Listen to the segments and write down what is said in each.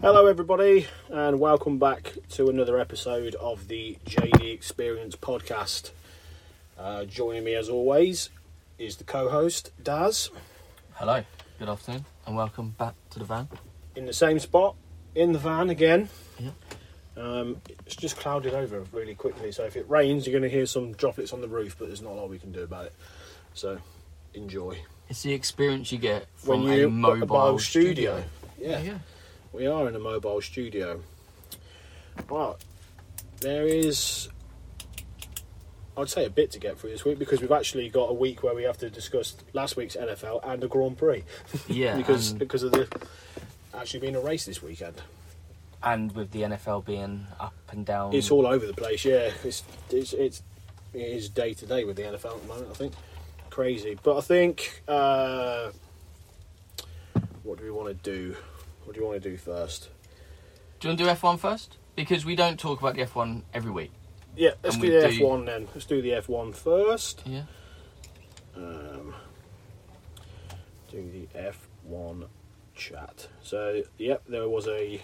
Hello, everybody, and welcome back to another episode of the JD Experience podcast. Uh, joining me, as always, is the co host, Daz, Hello, good afternoon, and welcome back to the van. in the same spot, in the van again. Yeah. Um, it's just clouded over really quickly, so if it rains, you're going to hear some droplets on the roof, but there's not a lot we can do about it. So, enjoy. It's the experience you get When you from a got the mobile mobile studio. studio. Yeah. yeah. We are in a mobile studio. Right. There is, I'd say, a bit to get through this week because we've actually got a week where we have to discuss last week's NFL and the Grand Prix Yeah, because and, because of the actually being a race this weekend. and with the NFL being up and down, It's all over the place. Yeah, it's it's it's it is day to day with the NFL at the moment. I think crazy, but I think uh, what do we want to do? What do you want to do first? Do you want to do F1 first? Because we don't talk about the F1 every week. Yeah, let's And do we the do- F1 then. Let's do the F1 first. Yeah. Um, do the F1 chat. So, yep, there was a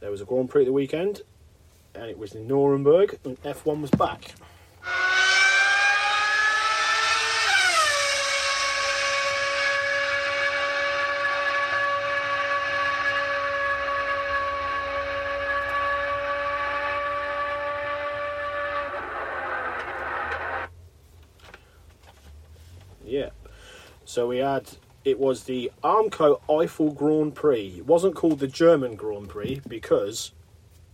there was a Grand Prix at the weekend, and it was in Nuremberg, and F1 was back. Yeah. So we had it was the Armco Eiffel Grand Prix. It wasn't called the German Grand Prix because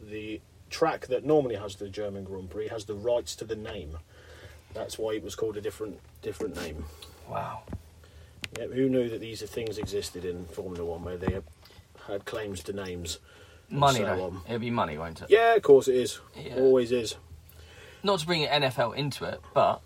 the track that normally has the German Grand Prix has the rights to the name. That's why it was called a different different name. Wow. Yeah, who knew that these things existed in Formula One where they had claims to names? and Money, so um, though. on. It'll be money, won't it? Yeah, of course it is. Yeah. Always is. Not to bring NFL into it, but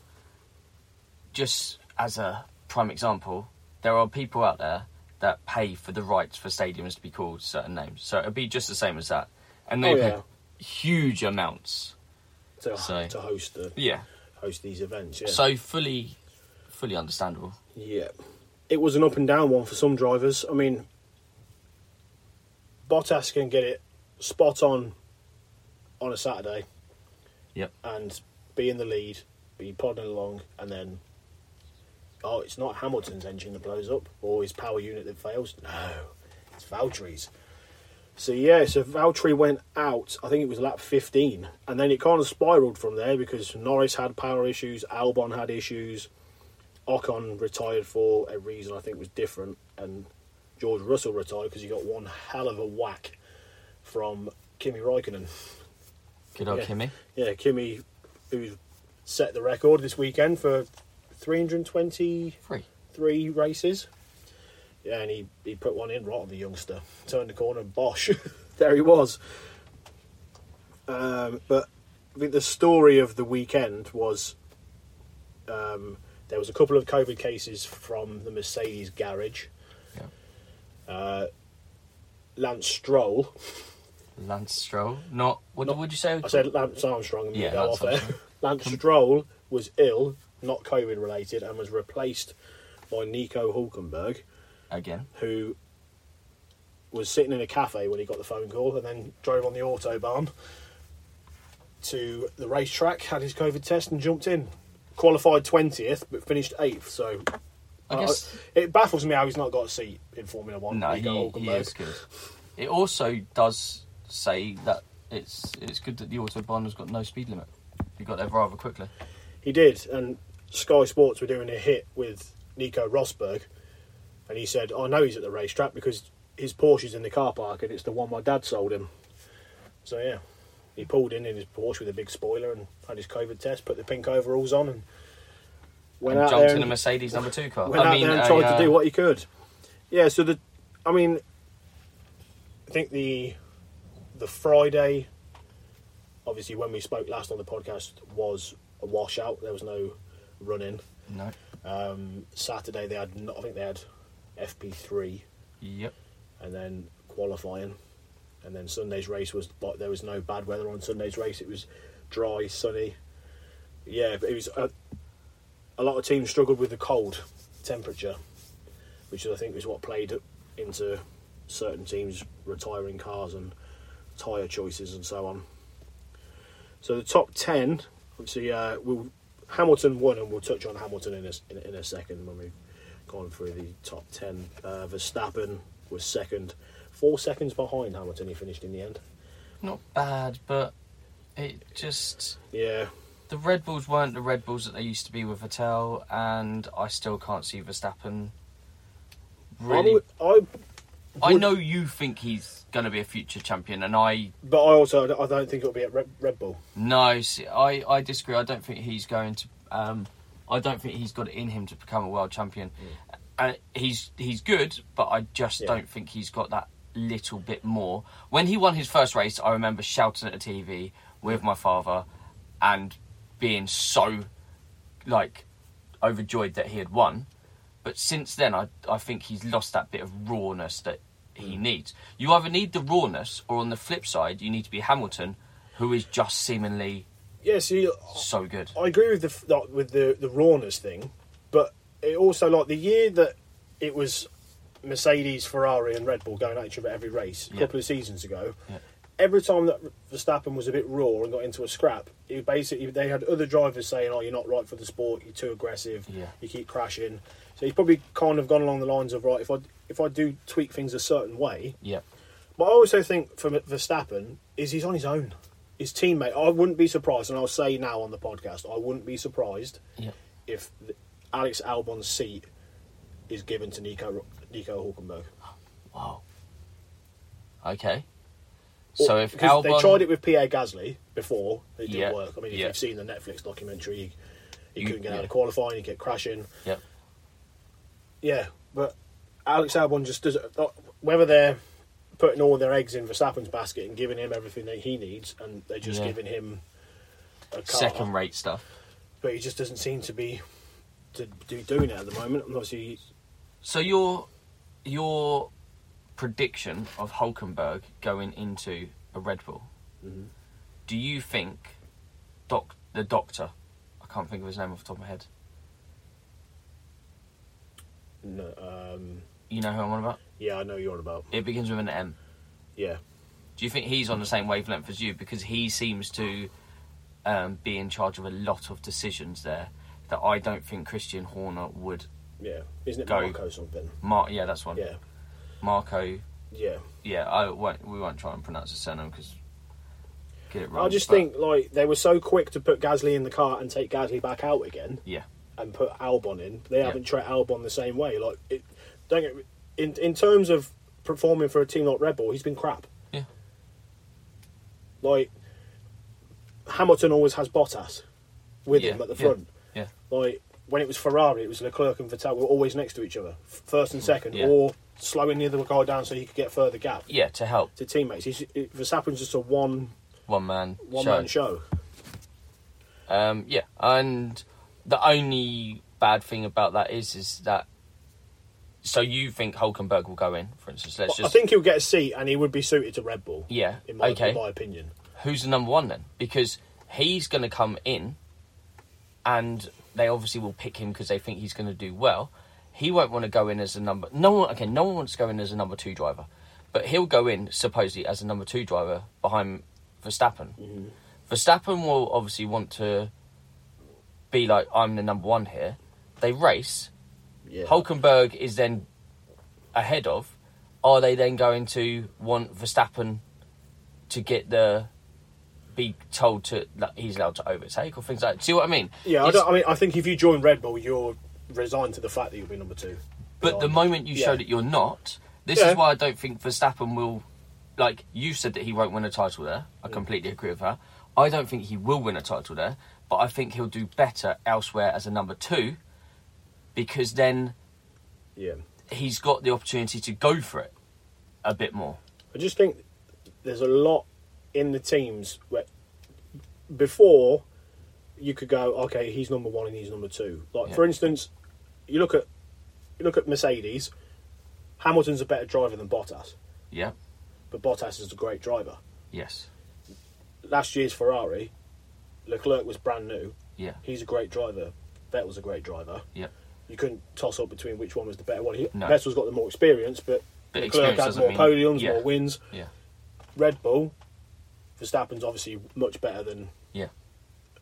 just as a prime example, there are people out there that pay for the rights for stadiums to be called certain names. So it'd be just the same as that. And they Oh, pay yeah. huge amounts. To, So- to host the Yeah. host these events. Yeah. So fully, fully understandable. Yeah. It was an up and down one for some drivers. I mean, Bottas can get it spot on on a Saturday Yep. and be in the lead, be plodding along, and then, oh, it's not Hamilton's engine that blows up or his power unit that fails. No, it's Valtteri's. So, yeah, so Valtteri went out, I think it was lap 15, and then it kind of spiraled from there because Norris had power issues, Albon had issues, Ocon retired for a reason I think was different, and George Russell retired because he got one hell of a whack from Kimi Raikkonen. Good old Yeah. Kimmy. Yeah, Kimmy, who's set the record this weekend for 323 Free. races. Yeah, and he, he put one in right on the youngster. Turned the corner, and bosh, there he was. Um, but I think the story of the weekend was um, there was a couple of COVID cases from the Mercedes garage. Yeah. Uh, Lance Stroll, Lance Stroll. Not what Not- would you say? I said Lance Armstrong. And Yeah, yeah, go Lance off there. Armstrong. Lance Stroll was ill, not COVID related, and was replaced by Nico Hulkenberg, again. who was sitting in a cafe when he got the phone call, and then drove on the autobahn to the racetrack, had his COVID test, and jumped in. Qualified twentieth, but finished eighth. So. I uh, guess it baffles me how he's not got a seat in Formula One. no. Nico He, he Hulkenberg. is good. It also does say that it's it's good that the autobahn has got no speed limit. You got there rather quickly. He did, and Sky Sports were doing a hit with Nico Rosberg, and he said, "I know he's at the racetrack because his Porsche's in the car park, and it's the one my dad sold him." So yeah, he pulled in in his Porsche with a big spoiler and had his COVID test, put the pink overalls on, and Went and out jumped there in a and- Mercedes number two car. went I out mean, there and a, tried uh, to do what he could. Yeah, so the, I mean, I think the, the Friday, obviously when we spoke last on the podcast was a washout. There was no running. No. Um, Saturday they had, not, I think they had FP three, Yep. and then qualifying, and then Sunday's race was. But there was no bad weather on Sunday's race. It was dry, sunny. Yeah, but it was. A, a lot of teams struggled with the cold temperature, which I think is what played into certain teams retiring cars and tyre choices and so on. So the top ten, obviously, uh, will Hamilton won, and we'll touch on Hamilton in a, s- in, a- in a second when we've gone through the top ten. Uh, Verstappen was second, four seconds behind Hamilton. He finished in the end. Not bad, but it just Yeah, the Red Bulls weren't the Red Bulls that they used to be with Vettel, and I still can't see Verstappen. Really, I, would- I I would- know you think he's going to be a future champion, and I but I also I don't think it'll be at Red, Red Bull. no, see, I I disagree. I don't think he's going to. Um, I don't think he's got it in him to become a world champion. Uh, he's he's good, but I just Yeah. don't think he's got that little bit more. When he won his first race, I remember shouting at a TV with my father and being so like overjoyed that he had won. But since then, I I think he's lost that bit of rawness that Hmm. he needs. You either need the rawness, or on the flip side, you need to be Hamilton, who is just seemingly Yeah, see, so good. I agree with the f- like, with the the rawness thing, but it also like the year that it was Mercedes, Ferrari, and Red Bull going at each other every race a Yeah. couple of seasons ago. Yeah. Every time that Verstappen was a bit raw and got into a scrap, it basically they had other drivers saying, "Oh, you're not right for the sport. You're too aggressive. Yeah. You keep crashing." So he's probably kind of gone along the lines of, "Right, if I if I do tweak things a certain way, Yep. but I also think for M- Verstappen is he's on his own. His teammate. I wouldn't be surprised, and I'll say now on the podcast, I wouldn't be surprised Yep. if th- Alex Albon's seat is given to Nico Ro- Nico Hulkenberg. Wow. Okay. So if because Albon, they tried it with Pierre Gasly before, it didn't Yeah, work. I mean, if yeah. you've seen the Netflix documentary, he, he You- couldn't get out yeah. of qualifying, he kept crashing. Yep. Yeah, but Alex Albon just does not Whether they're putting all their eggs in Verstappen's basket and giving him everything that he needs, and they're just Yeah. giving him a car, second rate stuff. but he just doesn't seem to be to do doing it at the moment. And obviously, So your your prediction of Hulkenberg going into a Red Bull. Mm-hmm. Do you think doc the doctor? I can't think of his name off the top of my head. no, um, You know who I'm on about? yeah, I know you're on about. It begins with an M. Yeah, Do you think he's on the same wavelength as you? Because he seems to um, be in charge of a lot of decisions there that I don't think Christian Horner would. yeah, isn't it Go. Marco something? Mar- yeah, that's one. Yeah, Marco. yeah. Yeah, I won't, we won't try and pronounce his surname because get it wrong. I just but- think like they were so quick to put Gasly in the car and take Gasly back out again. Yeah. and put Albon in. They Yeah. haven't treated Albon the same way. Like, it, don't get, in in terms of performing for a team like Red Bull, he's been crap. Yeah. Like, Hamilton always has Bottas with yeah, him at the yeah, front. Yeah. Like when it was Ferrari, it was Leclerc and Vettel were always next to each other, f- first and second, Mm, Yeah. or slowing the other guy down so he could get further gap Yeah, to help to teammates. He's, it, Verstappen's just a one one man one show. man show. Um, yeah, and the only bad thing about that is is that. So you think Hulkenberg will go in, for instance? Let's But I just think he'll get a seat and he would be suited to Red Bull. Yeah, in my, okay. in my opinion. who's the number one then? Because he's going to come in, and they obviously will pick him because they think he's going to do well. He won't want to go in as a number. No one, okay, no one wants to go in as a number two driver, but he'll go in supposedly as a number two driver behind Verstappen. Verstappen will obviously want to be like, I'm the number one here. They race. Yeah. Hulkenberg is then ahead of. Are they then going to want Verstappen to get the be told to that he's allowed to overtake or things like? See what I mean? Yeah, I, It's- don't, I mean, I think if you join Red Bull, you're resigned to the fact that you'll be number two. But the Resigned. moment you Yeah. show that you're not, this Yeah. is why I don't think Verstappen will. Like you said that he won't win a title there. I completely agree with her. I don't think he will win a title there, but I think he'll do better elsewhere as a number two because then Yeah. he's got the opportunity to go for it a bit more. I just think there's a lot in the teams where before you could go, okay, he's number one and he's number two. Like Yeah. for instance, you look at you look at Mercedes. Hamilton's a better driver than Bottas, Yeah. but Bottas is a great driver. Yes. Last year's Ferrari, Leclerc was brand new. Yeah. He's a great driver. Vettel's a great driver. Yeah. You couldn't toss up between which one was the better one. He- No. Vettel's got the more experience, but, But Leclerc experience had doesn't more mean- podiums, yeah. more wins. Yeah. Red Bull, Verstappen's obviously much better than Yeah.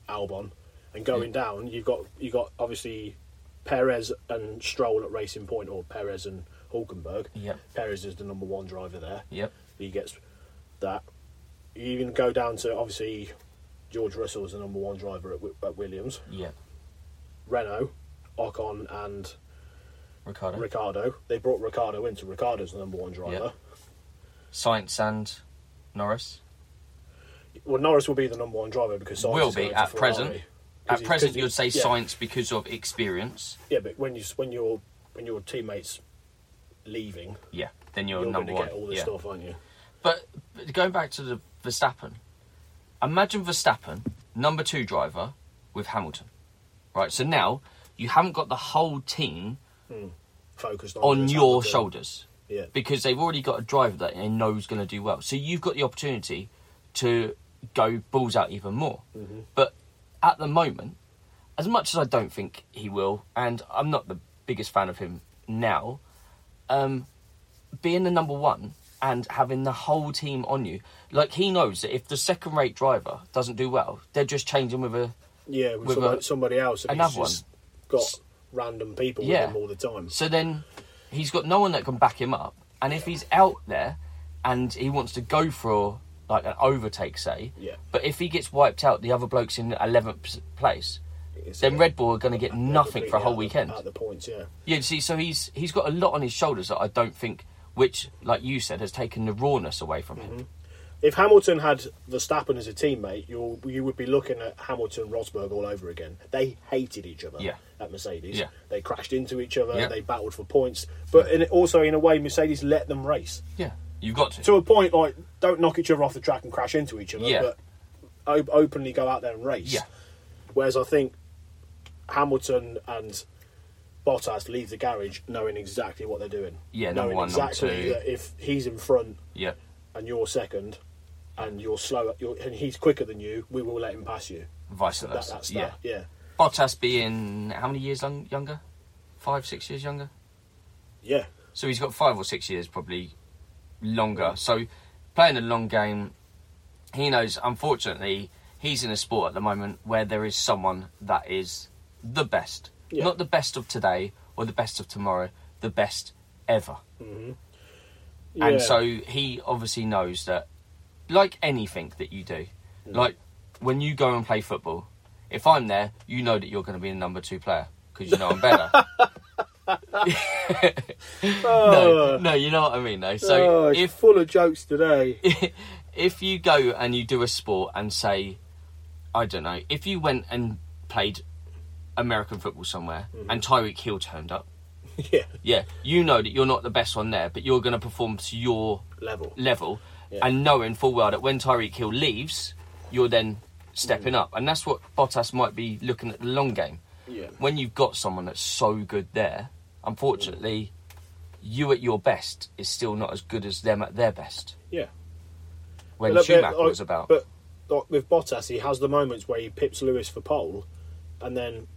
Albon, Hmm. and going down, you've got you got obviously Perez and Stroll at Racing Point, or Perez and Hulkenberg. Yep. Perez is the number one driver there. Yep. He gets that. You even go down to obviously George Russell is the number one driver at, Wi- at Williams, Yeah. Renault, Ocon, and Ricardo. Ricardo. They brought Ricardo in, so Ricardo's the number one driver. Science and Norris. Well, Norris will be the number one driver because Sainz will is be going to at Ferrari. present. 'Cause At he- present, 'cause he- you'd say yeah. science because of experience. Yeah, but when you when your when your teammates leaving, Yeah. Then you're, you're going number to one. get all this yeah. stuff, aren't you? But, but going back to the Verstappen, imagine Verstappen, number two driver, with Hamilton. Right, so now you haven't got the whole team Focused on on this your Hamilton. shoulders Yeah, because they've already got a driver that they know is going to do well. So you've got the opportunity to go balls out even more. But at the moment, as much as I don't think he will, and I'm not the biggest fan of him now, um, being the number one and having the whole team on you, like he knows that if the second rate driver doesn't do well, they're just changing with a. yeah, with, With somebody, a- somebody else. and another he's just Got random people Yeah. with him all the time. So then he's got no one that can back him up. And if he's out there and he wants to go for like an overtake, say, Yeah. but if he gets wiped out, the other bloke's in 11th place, It's then like Red Bull are going to get they're nothing for completely a whole out weekend. The, out the points, yeah. Yeah, you see, so he's he's got a lot on his shoulders that I don't think, which, like you said, has taken the rawness away from Mm-hmm. him. If Hamilton had Verstappen as a teammate, you you would be looking at Hamilton Rosberg all over again. They hated each other Yeah. at Mercedes. Yeah. They crashed into each other. Yeah. They battled for points, but in, also in a way, Mercedes let them race. Yeah, you've got to. to a point, like don't knock each other off the track and crash into each other, Yeah. but op- openly go out there and race. Yeah. Whereas I think Hamilton and Bottas leave the garage knowing exactly what they're doing. Yeah, number knowing one, number exactly two. that if he's in front yeah, and you're second, and you're slower, you're, and he's quicker than you, we will let him pass you. vice That, versa. that's yeah. that. Yeah, Bottas being how many years young, younger? Five, six years younger. yeah. So he's got five or six years probably longer. So playing a long game, he knows. Unfortunately, he's in a sport at the moment where there is someone that is the best, Yeah. not the best of today or the best of tomorrow, the best ever. Yeah. And so he obviously knows that, like anything that you do, like when you go and play football, if I'm there, you know that you're going to be the number two player because you know I'm better. no, no, you know what I mean, though. So Oh, it's if full of jokes today. if you go and you do a sport and say, I don't know, if you went and played American football somewhere Mm-hmm. and Tyreek Hill turned up, yeah, yeah, you know that you're not the best one there, but you're going to perform to your level. level, Yeah. and knowing full well that when Tyreek Hill leaves, you're then stepping Mm. up, and that's what Bottas might be looking at the long game. Yeah. When you've got someone that's so good there, unfortunately, you at your best is still not as good as them at their best. Yeah. When But, uh, Schumacher like- was about, But like, with Bottas, he has the moments where he pips Lewis for pole, and then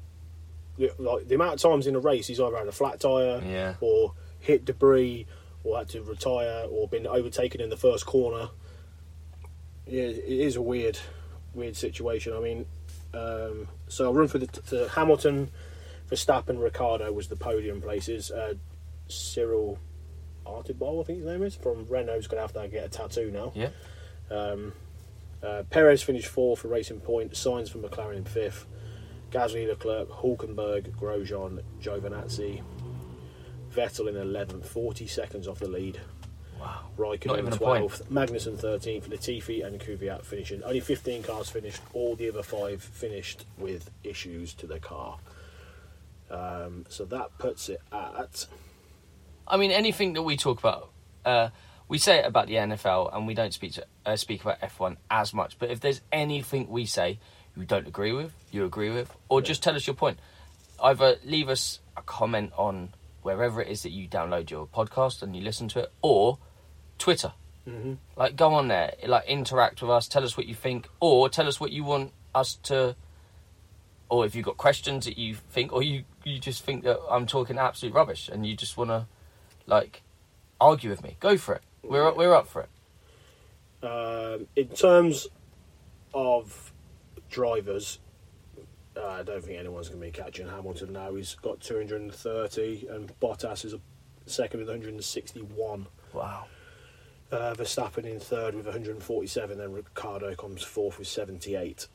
the- like the amount of times in a race he's either had a flat tire, Yeah. or hit debris, or had to retire, or been overtaken in the first corner. Yeah, it is a weird, weird situation. I mean, um, so I'll run for the, the Hamilton, Verstappen, Ricardo was the podium places. Uh, Cyril Artibol, I think his name is, from Renault's going to have to get a tattoo now. yeah, Uh, Perez finished fourth for Racing Point, Signs for McLaren in fifth, Gasly, Leclerc, Hulkenberg, Grosjean, Giovinazzi, Vettel in 11th, 40 seconds off the lead. Wow. Not Raikkonen even a 12th, Magnussen 13th, Latifi and Kvyat finishing. Only 15 cars finished, all the other five finished with issues to their car. Um, so that puts it at I mean, anything that we talk about, uh, we say it about the NFL, and we don't speak to, uh, speak about F1 as much. But if there's anything we say you don't agree with, you agree with, or just tell us your point, either leave us a comment on wherever it is that you download your podcast and you listen to it, or Twitter. Like, go on there, like interact with us, tell us what you think, or tell us what you want us to or if you've got questions that you think, or you, you just think that I'm talking absolute rubbish and you just want to, like, argue with me, go for it. We're, we're up for it. um, in terms of drivers. Uh, I don't think anyone's going to be catching Hamilton now. He's got 230, and Bottas is a second with 161. Wow. Uh, Verstappen in third with 147, then Ricardo comes fourth with 78,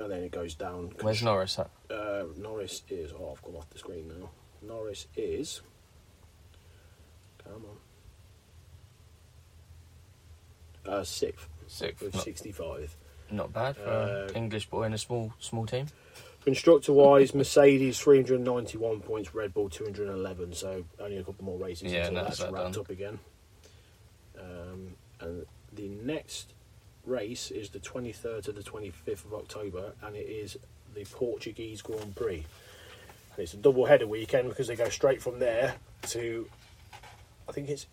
and then it goes down. Where's Norris at? Uh, Norris is. Oh, I've gone off the screen now. Norris is. Come on. Uh, sixth Sixth. with Not, 65. not bad for an Uh, English boy in a small small team. Constructor wise, Mercedes 391 points, Red Bull 211, so only a couple more races Yeah, until and that's, that's about wrapped done. up again. Um, and the next race is the 23rd to the 25th of October, and it is the Portuguese Grand Prix. And it's a double header weekend because they go straight from there to, I think it's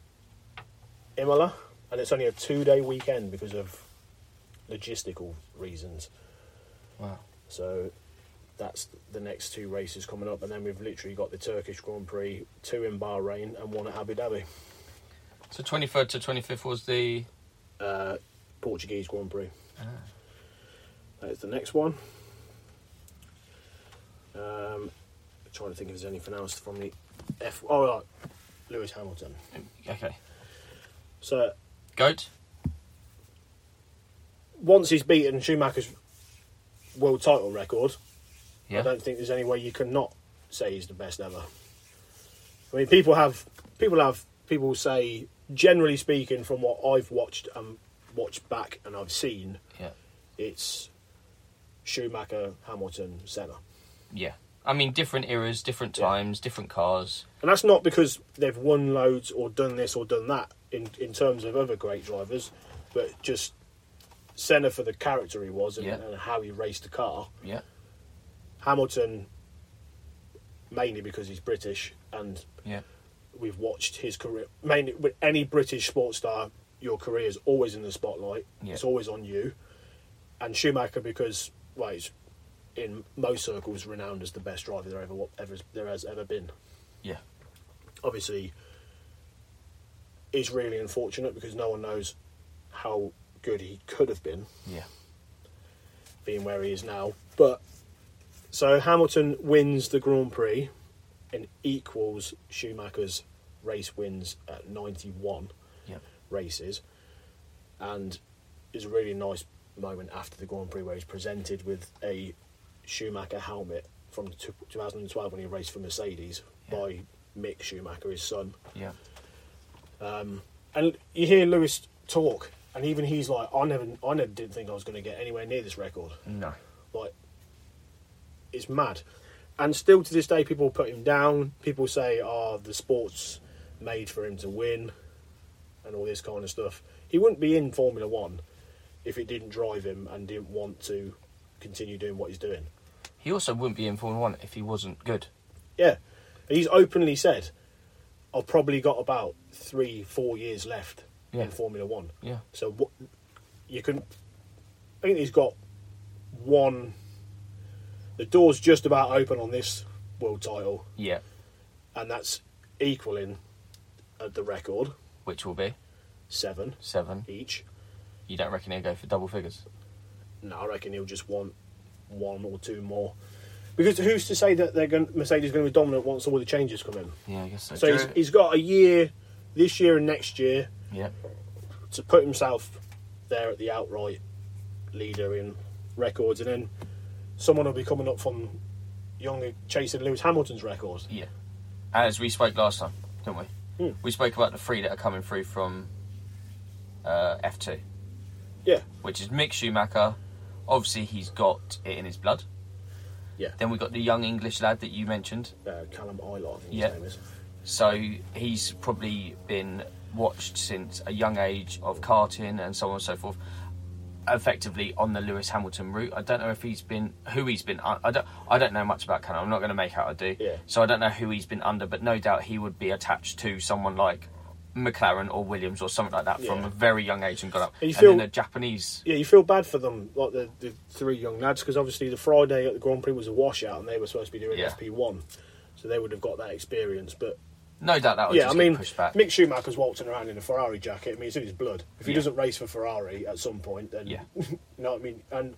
Imola, and it's only a two day weekend because of logistical reasons. Wow. So that's the next two races coming up, and then we've literally got the Turkish Grand Prix, two in Bahrain and one at Abu Dhabi, So 23rd to 25th was the. uh, Portuguese Grand Prix. That is the next one. Um, trying to think if there's anything else from the F. Oh, right, Lewis Hamilton. Okay. So Goat? once he's beaten Schumacher's world title record, I Yeah. don't think there's any way you can not say he's the best ever. I mean, people have people have people say, generally speaking, from what I've watched and watched back and I've seen, Yeah. it's Schumacher, Hamilton, Senna, Yeah. I mean, different eras, different Yeah. times, different cars. and that's not because they've won loads or done this or done that in in terms of other great drivers, but just Senna for the character he was and, Yeah. and how he raced the car. Yeah. Hamilton, mainly because he's British and Yeah. we've watched his career. Mainly with any British sports star, your career is always in the spotlight. Yeah. It's always on you. And Schumacher, because well, he's in most circles renowned as the best driver there ever wa- ever there has ever been. Yeah. Obviously, is really unfortunate because no one knows how good he could have been, Yeah. being where he is now. But so Hamilton wins the Grand Prix and equals Schumacher's race wins at ninety-one. Yeah. races, and it's a really nice moment after the Grand Prix where he's presented with a Schumacher helmet from t- 2012 when he raced for Mercedes Yeah. by Mick Schumacher, his son. Yeah. And you hear Lewis talk, and even he's like, "I never, I never did think I was going to get anywhere near this record." No. Like, it's mad. And still to this day, people put him down. People say, oh, the sport's made for him to win and all this kind of stuff. He wouldn't be in Formula One if it didn't drive him and didn't want to continue doing what he's doing. He also wouldn't be in Formula 1 if he wasn't good. Yeah. And he's openly said, I've probably got about three, four years left Yeah. in Formula One. Yeah. So what you can, I think he's got one. The door's just about open on this world title, Yeah. and that's equaling uh, the record Which will be seven seven. each. You don't reckon he'll go for double figures? No, I reckon he'll just want one or two more. Because who's to say that they're going, Mercedes going to be dominant once all the changes come in? Yeah, I guess so. So he's, he's got a year, this year and next year, yeah, to put himself there at the outright leader in records, and then someone will be coming up from younger chasing Lewis Hamilton's records. yeah. As we spoke last time, didn't we? Hmm. We spoke about the three that are coming through from uh, F2, Yeah, which is Mick Schumacher. Obviously, he's got it in his blood. Yeah. Then we got the young English lad that you mentioned. Uh, Callum Ilott, I think Yeah. his name is. So he's probably been watched since a young age of karting and so on and so forth, effectively on the Lewis Hamilton route. I don't know if he's been who he's been. un- I don't. I don't know much about Canon. I'm not going to make out I do. Yeah. So I don't know who he's been under, but no doubt he would be attached to someone like McLaren or Williams or something like that from Yeah. a very young age and got up. You And feel- then a Japanese. Yeah, you feel bad for them, like the, the three young lads, because obviously the Friday at the Grand Prix was a washout and they were supposed to be doing Yeah. FP1, so they would have got that experience. But No doubt that would yeah, I just mean, get pushed back. Mick Schumacher's waltzing around in a Ferrari jacket. I mean, it's in his blood. If he Yeah. doesn't race for Ferrari at some point, then Yeah. you know what I mean. And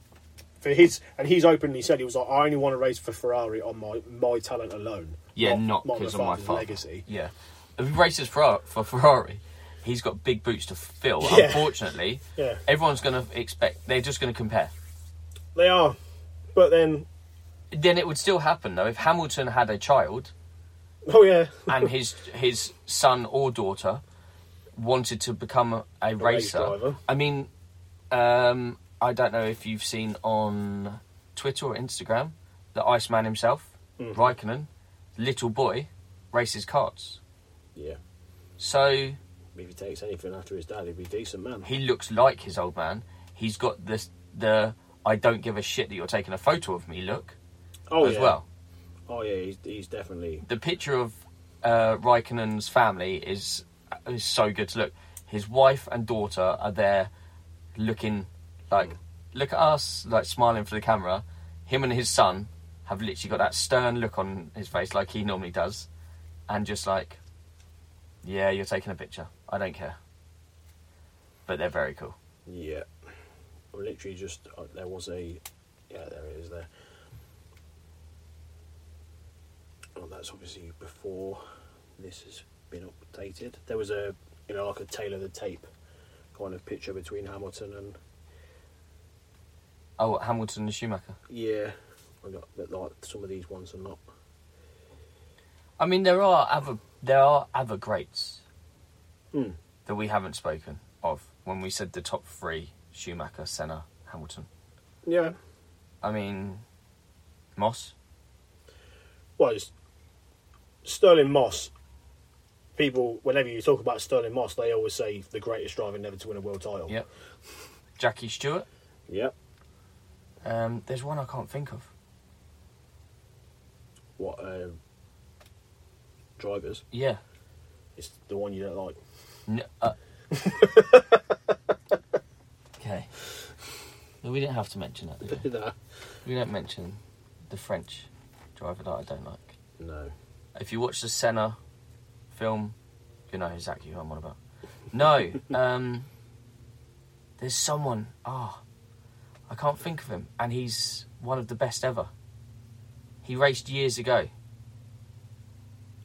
for his, and he's openly said he was like, I only want to race for Ferrari on my my talent alone. Yeah, not my because of my father's father. legacy. Yeah, if he races for for Ferrari, he's got big boots to fill. Yeah. Unfortunately, Yeah. everyone's going to expect they're just going to compare. They are, but then Then it would still happen though if Hamilton had a child oh yeah, and his his son or daughter wanted to become a, a race racer. driver. I mean, um, I don't know if you've seen on Twitter or Instagram the Iceman himself, Mm-hmm. Raikkonen, little boy, races carts. yeah. So If he takes anything after his dad, he'd be a decent man. he looks like his old man. He's got this the I don't give a shit that you're taking a photo of me look Oh as yeah. well. Oh yeah, he's, he's definitely The picture of uh, Raikkonen's family is uh, is so good to look. His wife and daughter are there, looking like look at us, like smiling for the camera. Him and his son have literally got that stern look on his face, like he normally does, and just like, yeah, you're taking a picture. I don't care. But they're very cool. yeah. Literally, just uh, there was a yeah, there it is there. Well, that's obviously before this has been updated. There was a you know like a tail of the tape kind of picture between Hamilton and Oh, Hamilton and Schumacher. yeah, I got that like some of these ones are not. I mean, there are other there are other greats Hmm. that we haven't spoken of when we said the top three: Schumacher, Senna, Hamilton. Yeah, I mean, Moss. well, it's Sterling Moss. People, whenever you talk about Sterling Moss, they always say the greatest driver never to win a world title. Yep. Jackie Stewart. Yep. Um, there's one I can't think of. What uh, drivers? Yeah. It's the one you don't like. N uh. okay. No, we didn't have to mention that. Did we? no. we don't mention the French driver that I don't like. No. If you watch the Senna film, you know exactly who I'm on about. No, um, there's someone. Ah, I can't think of him, and he's one of the best ever. He raced years ago.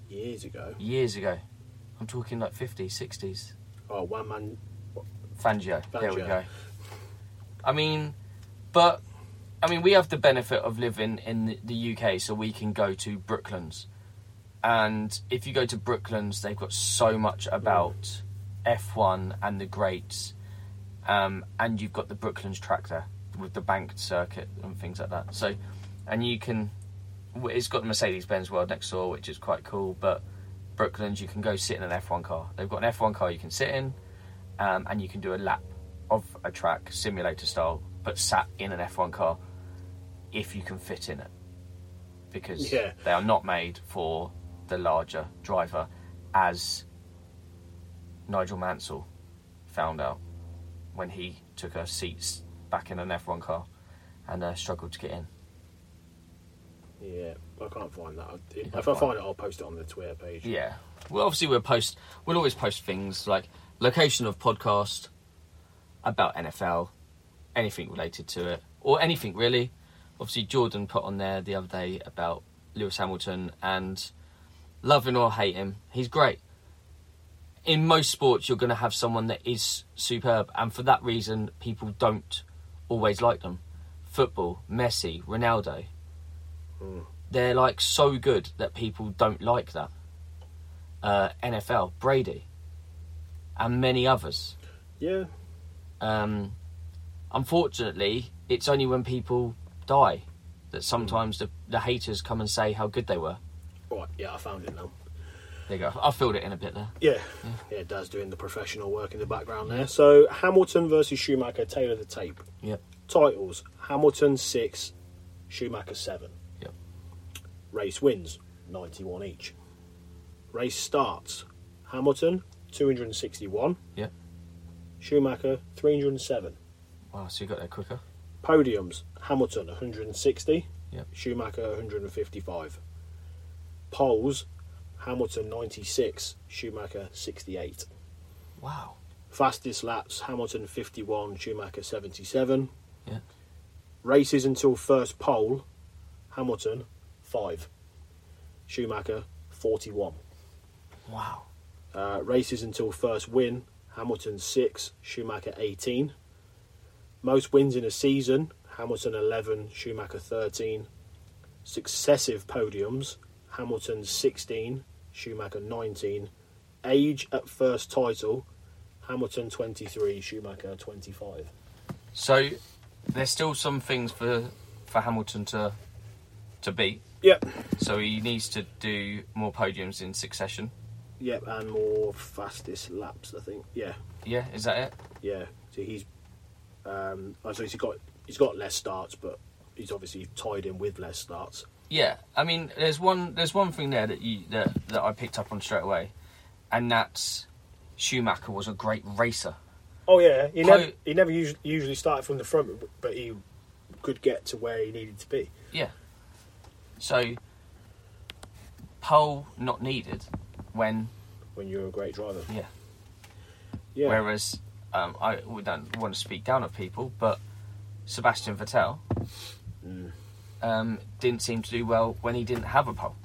Years ago. Years ago. I'm talking like 50s, 60s. Oh, one man. Fangio. There we Fangio. go. I mean, but I mean, we have the benefit of living in the- the UK, so we can go to Brooklands. And if you go to Brooklands, they've got so much about F1 and the greats. Um, and you've got the Brooklands track there with the banked circuit and things like that. So, and you can, w- it's got the Mercedes Benz World next door, which is quite cool. But Brooklands, you can go sit in an F1 car. They've got an F1 car you can sit in, um, and you can do a lap of a track, simulator style, but sat in an F1 car if you can fit in it. Because Yeah. they are not made for the larger driver, as Nigel Mansell found out when he took her seats back in an F1 car and uh, struggled to get in. Yeah, I can't find that. If, can't I find find it, I'll post it on the Twitter page. Yeah. Well, obviously we'll post. We'll always post things like location of podcast about NFL, anything related to it, or anything really. Obviously, Jordan put on there the other day about Lewis Hamilton and loving or hate him, he's great. In most sports, you're going to have someone that is superb, and for that reason, people don't always like them. Football, Messi, Ronaldo, they're like so good that people don't like that. Uh, NFL, Brady, and many others. Yeah. Um, unfortunately, it's only when people die that sometimes the, the haters come and say how good they were. Right, yeah, I found it now. There you go. I filled it in a bit there. Yeah, Mm. yeah, Dad's doing the professional work in the background there. So Hamilton versus Schumacher, Taylor the tape. Yep. Titles Hamilton 6, Schumacher 7. Yep. Race wins 91 each. Race starts Hamilton 261, Yep. Schumacher 307. Wow, so you got there quicker. Podiums Hamilton 160, Yep. Schumacher 155. Poles Hamilton 96, Schumacher 68. Wow. Fastest laps Hamilton 51, Schumacher 77. Yeah. Races until first pole Hamilton 5, Schumacher 41. Wow. Uh, races until first win Hamilton 6, Schumacher 18. Most wins in a season Hamilton 11, Schumacher 13. Successive podiums Hamilton 16, Schumacher 19. Age at first title Hamilton 23, Schumacher 25. So there's still some things for for Hamilton to to beat. Yep, So he needs to do more podiums in succession. yep, and more fastest laps, I think. Yeah, Yeah, is that it? yeah. So he's, um, I suppose he's got he's got less starts, but he's obviously tied in with less starts. Yeah, I mean, there's one there's one thing there that you that, that I picked up on straight away, and that's Schumacher was a great racer. Oh yeah, he Po- never he never usually, usually started from the front, but- but he could get to where he needed to be. Yeah. So pole not needed when When you're a great driver, yeah. yeah, Whereas um, I we don't want to speak down of people, but Sebastian Vettel um, didn't seem to do well when he didn't have a pole.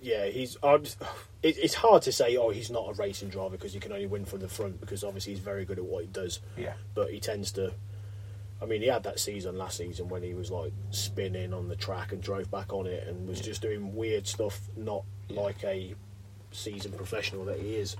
yeah. He's I'm just- it, it's hard to say. Oh, he's not a racing driver because he can only win from the front because obviously he's very good at what he does. Yeah. but he tends to. I mean, he had that season last season when he was like spinning on the track and drove back on it and was just doing weird stuff, not like a seasoned professional that he is.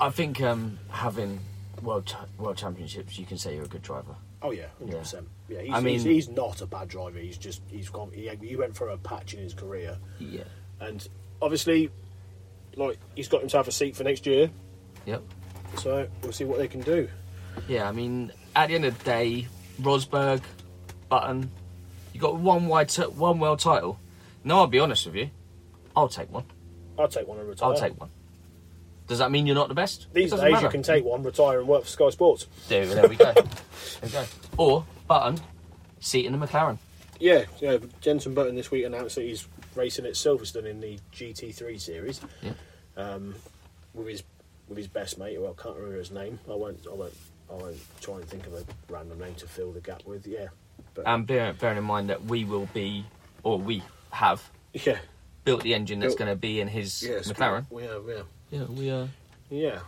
I think um, having world cha- world championships, you can say you're a good driver. Oh yeah, hundred percent. Yeah, he's, I he's, mean- he's not a bad driver. He's just he's gone. He, he went through a patch in his career, Yeah. and obviously, like he's got himself a seat for next year. Yep. So we'll see what they can do. Yeah, I mean, at the end of the day, Rosberg, Button, you got one wide t- one world title. No, I'll be honest with you, I'll take one. I'll take one and retire. I'll take one. Does that mean you're not the best? It These days, doesn't matter. you can take one, retire, and work for Sky Sports. There, there we go. there we go. Or Button, seat in the McLaren. Yeah, yeah. Jenson Button this week announced that he's racing at Silverstone in the GT3 series Yeah. um, with his with his best mate. Well, I can't remember his name. I won't. I won't. I won't try and think of a random name to fill the gap with. Yeah, but And bear, bearing in mind that we will be, or we have yeah, built the engine that's Built- going to be in his yeah. McLaren. We have. Yeah, Yeah, we are yeah,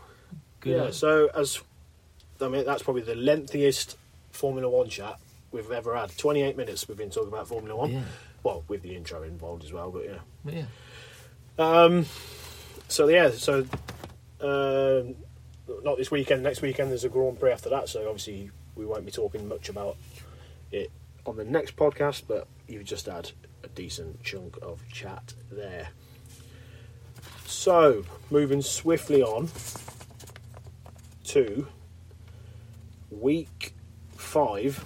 good. yeah. at it. So as I mean, that's probably the lengthiest Formula One chat we've ever had. Twenty eight minutes we've been talking about Formula One. Yeah. Well, with the intro involved as well, but yeah. But yeah. Um, so yeah, so um, not this weekend. Next weekend there's a Grand Prix after that, so obviously we won't be talking much about it on the next podcast. But you've just had a decent chunk of chat there. So moving swiftly on to week five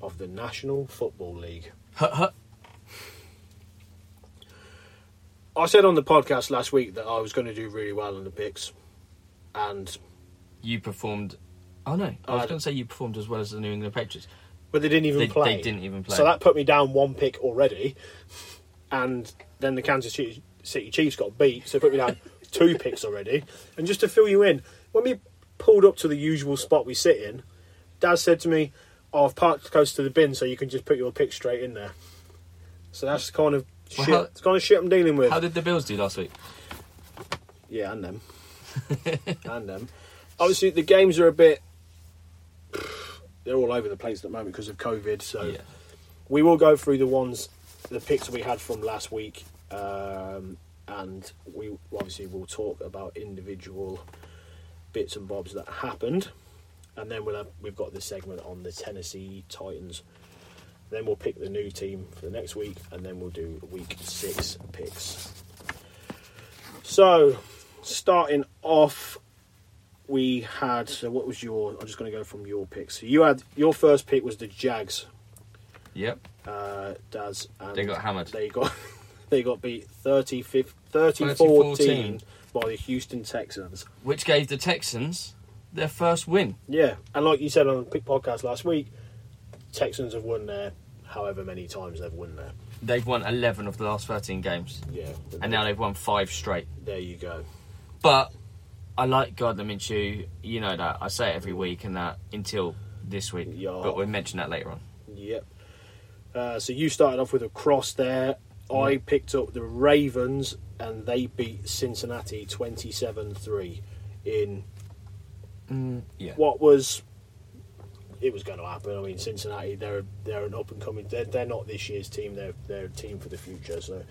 of the National Football League. I said on the podcast last week that I was going to do really well on the picks, and You performed. Oh no, I was I- going to say you performed as well as the New England Patriots. but they didn't even They- they play. didn't even play. So that put me down one pick already, and then the Kansas City City Chiefs got beat, so it put me down two picks already. And just to fill you in, when we pulled up to the usual spot we sit in, Dad said to me, oh, "I've parked close to the bin, so you can just put your pick straight in there." So that's the kind of Well, shit. how- it's the kind of shit I'm dealing with. How did the Bills do last week? Yeah, and them. and them. Obviously, the games are a bit. They're all over the place at the moment because of COVID. So Oh, Yeah. we will go through the ones, the picks we had from last week, um, and we obviously will talk about individual bits and bobs that happened, and then we'll have, we've got the segment on the Tennessee Titans Then we'll pick the new team for the next week, and then we'll do week six picks. So, starting off, we had. So, what was your? I'm just going to go from your picks. So you had your first pick was the Jags. Yep. Uh, Daz and They got hammered. They got they got beat 30, 30 14. 14 by the Houston Texans. Which gave the Texans their first win. Yeah, and like you said on the Pick podcast last week, Texans have won there however many times they've won there. They've won 11 of the last 13 games, Yeah, and now they've won five straight. there you go. But I like Gardner Minshew. You know that. I say it every week and that until this week. Yeah. But we'll mention that later on. Yep. Uh, so you started off with a cross there. I picked up the Ravens, and they beat Cincinnati twenty-seven three in Yeah. what was it was going to happen. I mean, Cincinnati they're they're an up and coming. They're, they're not this year's team. They're they're a team for the future. So,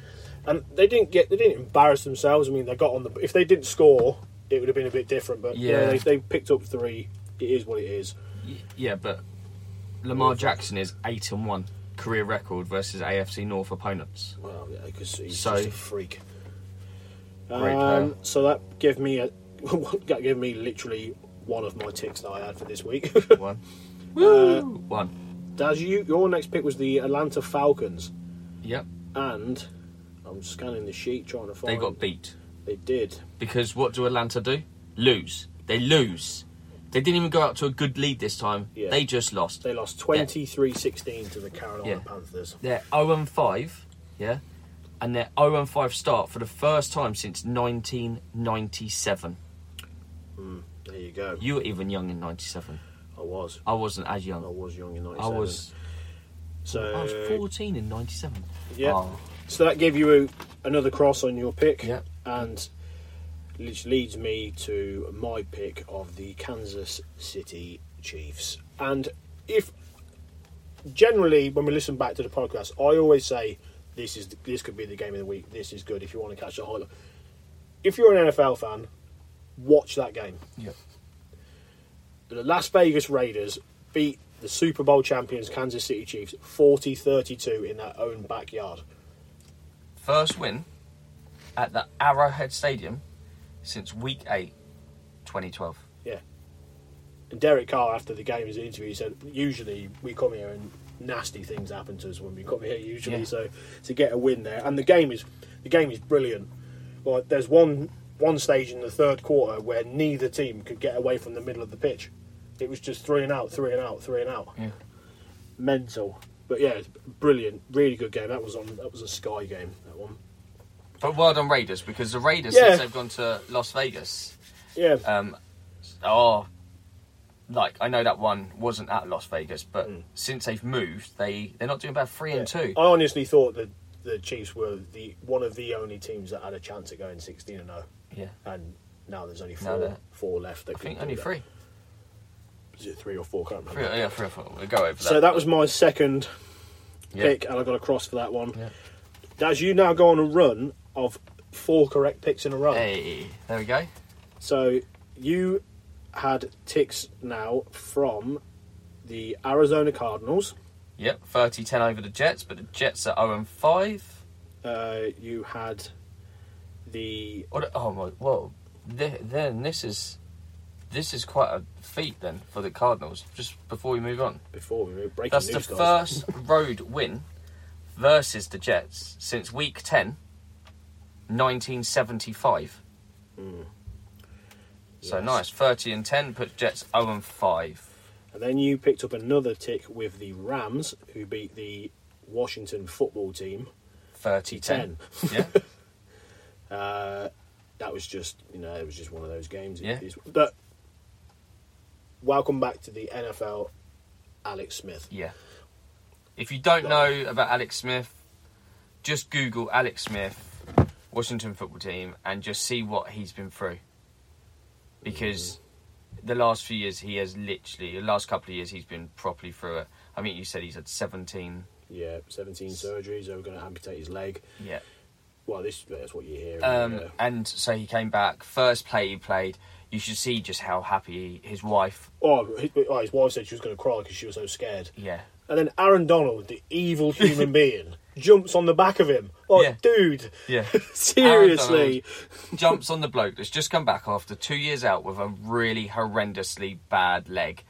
and they didn't get they didn't embarrass themselves. I mean, they got on the. If they didn't score, it would have been a bit different. But yeah, Yeah. they, they picked up three. It is what it is. Y- Yeah, but Lamar Jackson is 8 and 1 career record versus AFC North opponents. Well, yeah, because he's So- just a freak. Great Um, player. so that gave me a that gave me literally one of my ticks that I had for this week. One. Woo! One. Daz, you your next pick was the Atlanta Falcons, Yep. and I'm scanning the sheet trying to find. They got beat. They did. Because what do Atlanta do? Lose. They lose. They didn't even go out to a good lead this time. Yeah. They just lost. They lost 23-16 to the Carolina Yeah. Panthers. They're 0 and 5, yeah? And their 0 and 5 start for the first time since 1997. There you go. You were even young in 97. I was. I wasn't as I young. was young in I 97. was So, I was 14 in 97. Yeah. Oh, so that gave you a, another cross on your pick. Yeah. And which leads me to my pick of the Kansas City Chiefs. And if generally when we listen back to the podcast, I always say this is this could be the game of the week. This is good if you want to catch the highlight. If you're an NFL fan, watch that game. yeah. the Las Vegas Raiders beat the Super Bowl champions Kansas City Chiefs 40-32 in their own backyard. First win at the Arrowhead Stadium since week 8, 2012. Yeah. And Derek Carr, after the game, in his interview, he said, usually we come here and nasty things happen to us when we come here, usually. Yeah. So to get a win there. And the game is the game is brilliant. Like, there's one one stage in the third quarter where neither team could get away from the middle of the pitch. It was just three and out, three and out, three and out. Yeah. Mental. But yeah, it's brilliant. Really good game. That was on that was a Sky game, that one. But well done Raiders because the Raiders Yeah. since they've gone to Las Vegas, Yeah. um, are like I know that one wasn't at Las Vegas, but Hmm. since they've moved, they they're not doing bad. Three and two. I honestly thought that the Chiefs were the one of the only teams that had a chance at going 16 and 0. Yeah, And now there's only Now four, there- four left. That I think can do only that. three. Is it three or four? Can't remember. Three, yeah, three or four. We'll go over that. So that was my second Yeah. pick, and I got a cross for that one. Yeah. As you now go on a run of four correct picks in a row, Hey, there we go. so you had ticks now from the Arizona Cardinals. Yep, 30-10 over the Jets, but the Jets are zero and five. Uh, you had the What- Oh my! Whoa! Th- Then this is this is quite a feat then for the Cardinals. Just before we move on, before we were breaking that's the news guys. first road win versus the Jets since Week 10, 1975. So Mm. Yes. nice, 30 and 10 puts Jets 0 and 5. And then you picked up another tick with the Rams, who beat the Washington football team 30 10. yeah, Uh, that was just, you know, it was just one of those games. Yeah. It's- But welcome back to the NFL, Alex Smith. yeah. If you don't know about Alex Smith, just Google Alex Smith, Washington football team, and just see what he's been through. Because the last few years, he has literally, the last couple of years, he's been properly through it. I mean, you said he's had 17 Yeah, 17 surgeries. They were going to amputate his leg. Yeah. Well, this that's what you hear. Um, yeah. And so he came back. First play he played, you should see just how happy his wife. oh, his, oh, his wife said she was going to cry because she was so scared. Yeah. and then Aaron Donald, the evil human being, jumps on the back of him. Like, Yeah. dude, Yeah. seriously. Jumps on the bloke that's just come back after two years out with a really horrendously bad leg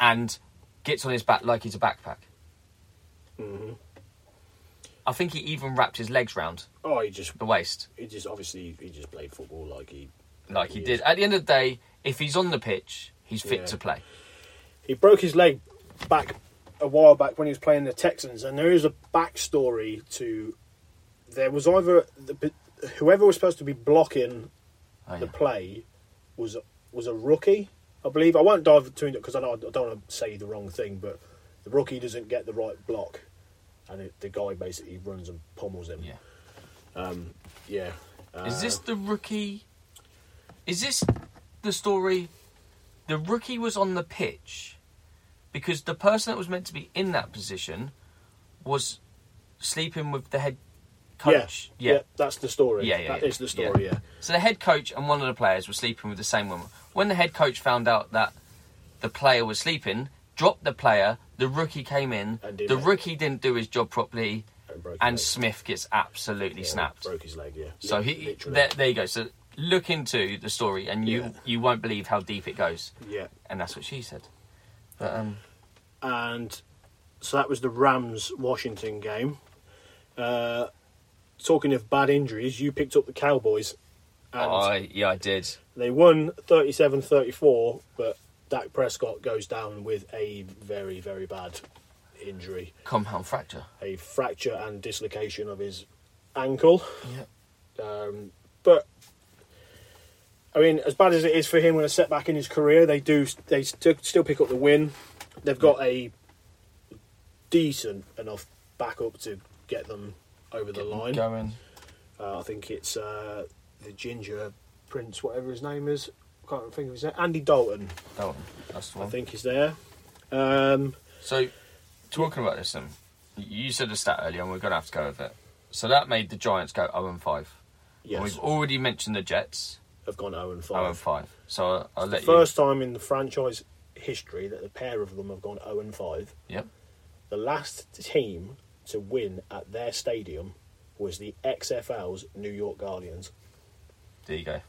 and gets on his back like he's a backpack. Mm-hmm. I think he even wrapped his legs round Oh, he just, the waist he just obviously he just played football like he like he Yes. did. At the end of the day, if he's on the pitch, he's fit Yeah. to play. he broke his leg back a while back when he was playing the Texans, and there is a backstory to there was either the whoever was supposed to be blocking Oh, the yeah. play was was a rookie, I believe. I won't dive too into because I don't, I don't want to say the wrong thing, but the rookie doesn't get the right block, and it, the guy basically runs and pummels him. Um, Yeah. Yeah. Uh, Is this the rookie? Is this the story? The rookie was on the pitch because the person that was meant to be in that position was sleeping with the head coach. Yeah, that's the story. Yeah, yeah, That yeah. is the story. Yeah. So the head coach and one of the players were sleeping with the same woman. When the head coach found out that the player was sleeping, dropped the player, the rookie came in, And did the it. rookie didn't do his job properly, And broke his and leg. Smith gets absolutely Yeah, snapped. Broke his leg. Yeah. So Lit- he literally. there, there you go. So look into the story, and you Yeah. you won't believe how deep it goes. Yeah. And that's what she said. But um, and so that was the Rams Washington game. Uh, talking of bad injuries, you picked up the Cowboys, and I yeah I did. they won 37-34, but Dak Prescott goes down with a very very bad injury, Compound fracture. a fracture and dislocation of his ankle. Yeah. Um, but I mean, as bad as it is for him and a setback in his career, they do they st- still pick up the win. They've got a decent enough backup to get them over the line. Going. Uh, I think it's uh, the ginger prince, whatever his name is. I can't think of his name. Andy Dalton, That one. That's the I one. think, is there. Um, So, talking about this, then, you said a stat earlier, and we're going to have to go with it. So that made the Giants go 0 and 5. And yes, we've already mentioned the Jets have gone zero and 0 and five. 5. So I'll, I'll The let first time in the franchise history that the pair of them have gone zero and five. you. Yep. The last team to win at their stadium was the XFL's New York Guardians. There you go.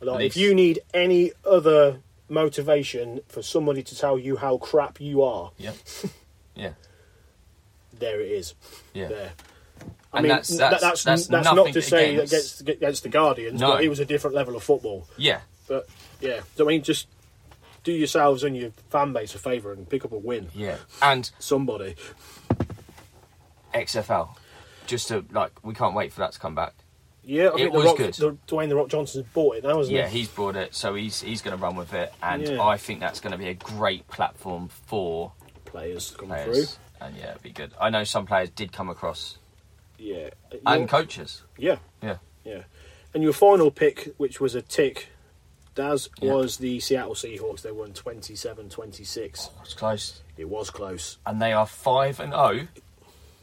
Like, least- if you need any other motivation for somebody to tell you how crap you are, Yep. yeah. there it is. Yeah. There. I And mean, that's- that- that's- that's, that's not nothing to say against- against against the Guardians, No. but it was a different level of football. Yeah. But yeah, so, I mean, just do yourselves and your fan base a favour and pick up a win. Yeah. And Somebody, XFL. Just to, like, we can't wait for that to come back. yeah, I It think was the Rock, good. The, Dwayne the Rock Johnson's bought it now, hasn't Yeah, he? he's brought it, so he's he's going to run with it, and Yeah. I think that's going to be a great platform for Players come through. players. And yeah, it'd be good. I know some players did come across, Yeah. and coaches. yeah, Yeah. yeah. And your final pick, which was a tick, Daz, Yeah. was the Seattle Seahawks. They won 27 26. It's close. It was close. and they are 5 and 0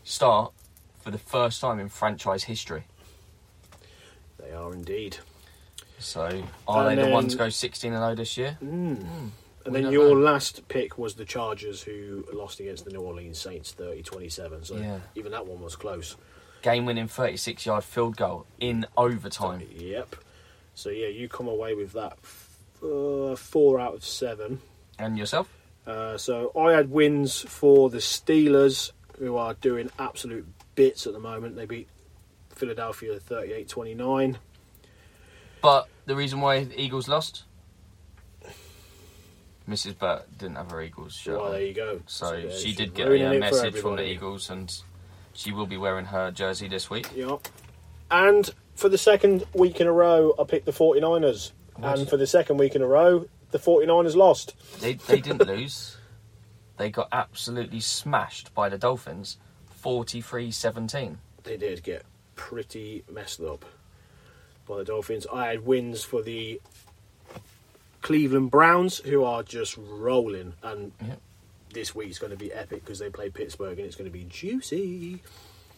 start for the first time in franchise history. They are indeed. So are And they the then- ones to go 16 and 0 this year? And We then don't your know. last pick was the Chargers, who lost against the New Orleans Saints 30 27. So Yeah. even that one was close. Game winning 36 yard field goal in overtime. Yep. So yeah, you come away with that f- uh, four out of seven. And yourself? Uh, so I had wins for the Steelers, who are doing absolute bits at the moment. They beat Philadelphia 38 29. But the reason why the Eagles lost? Mrs. Burt didn't have her Eagles shirt. Well, on. there you go. So yeah, she she's did get ruining a it for message from the everybody. Eagles, and she will be wearing her jersey this week. Yeah. And for the second week in a row, I picked the 49ers. Nice. And for the second week in a row, the 49ers lost. They, they didn't lose. They got absolutely smashed by the Dolphins 43 17. They did get pretty messed up by the Dolphins. I had wins for the Cleveland Browns, who are just rolling. And Yep. this week's going to be epic because they play Pittsburgh and it's going to be juicy.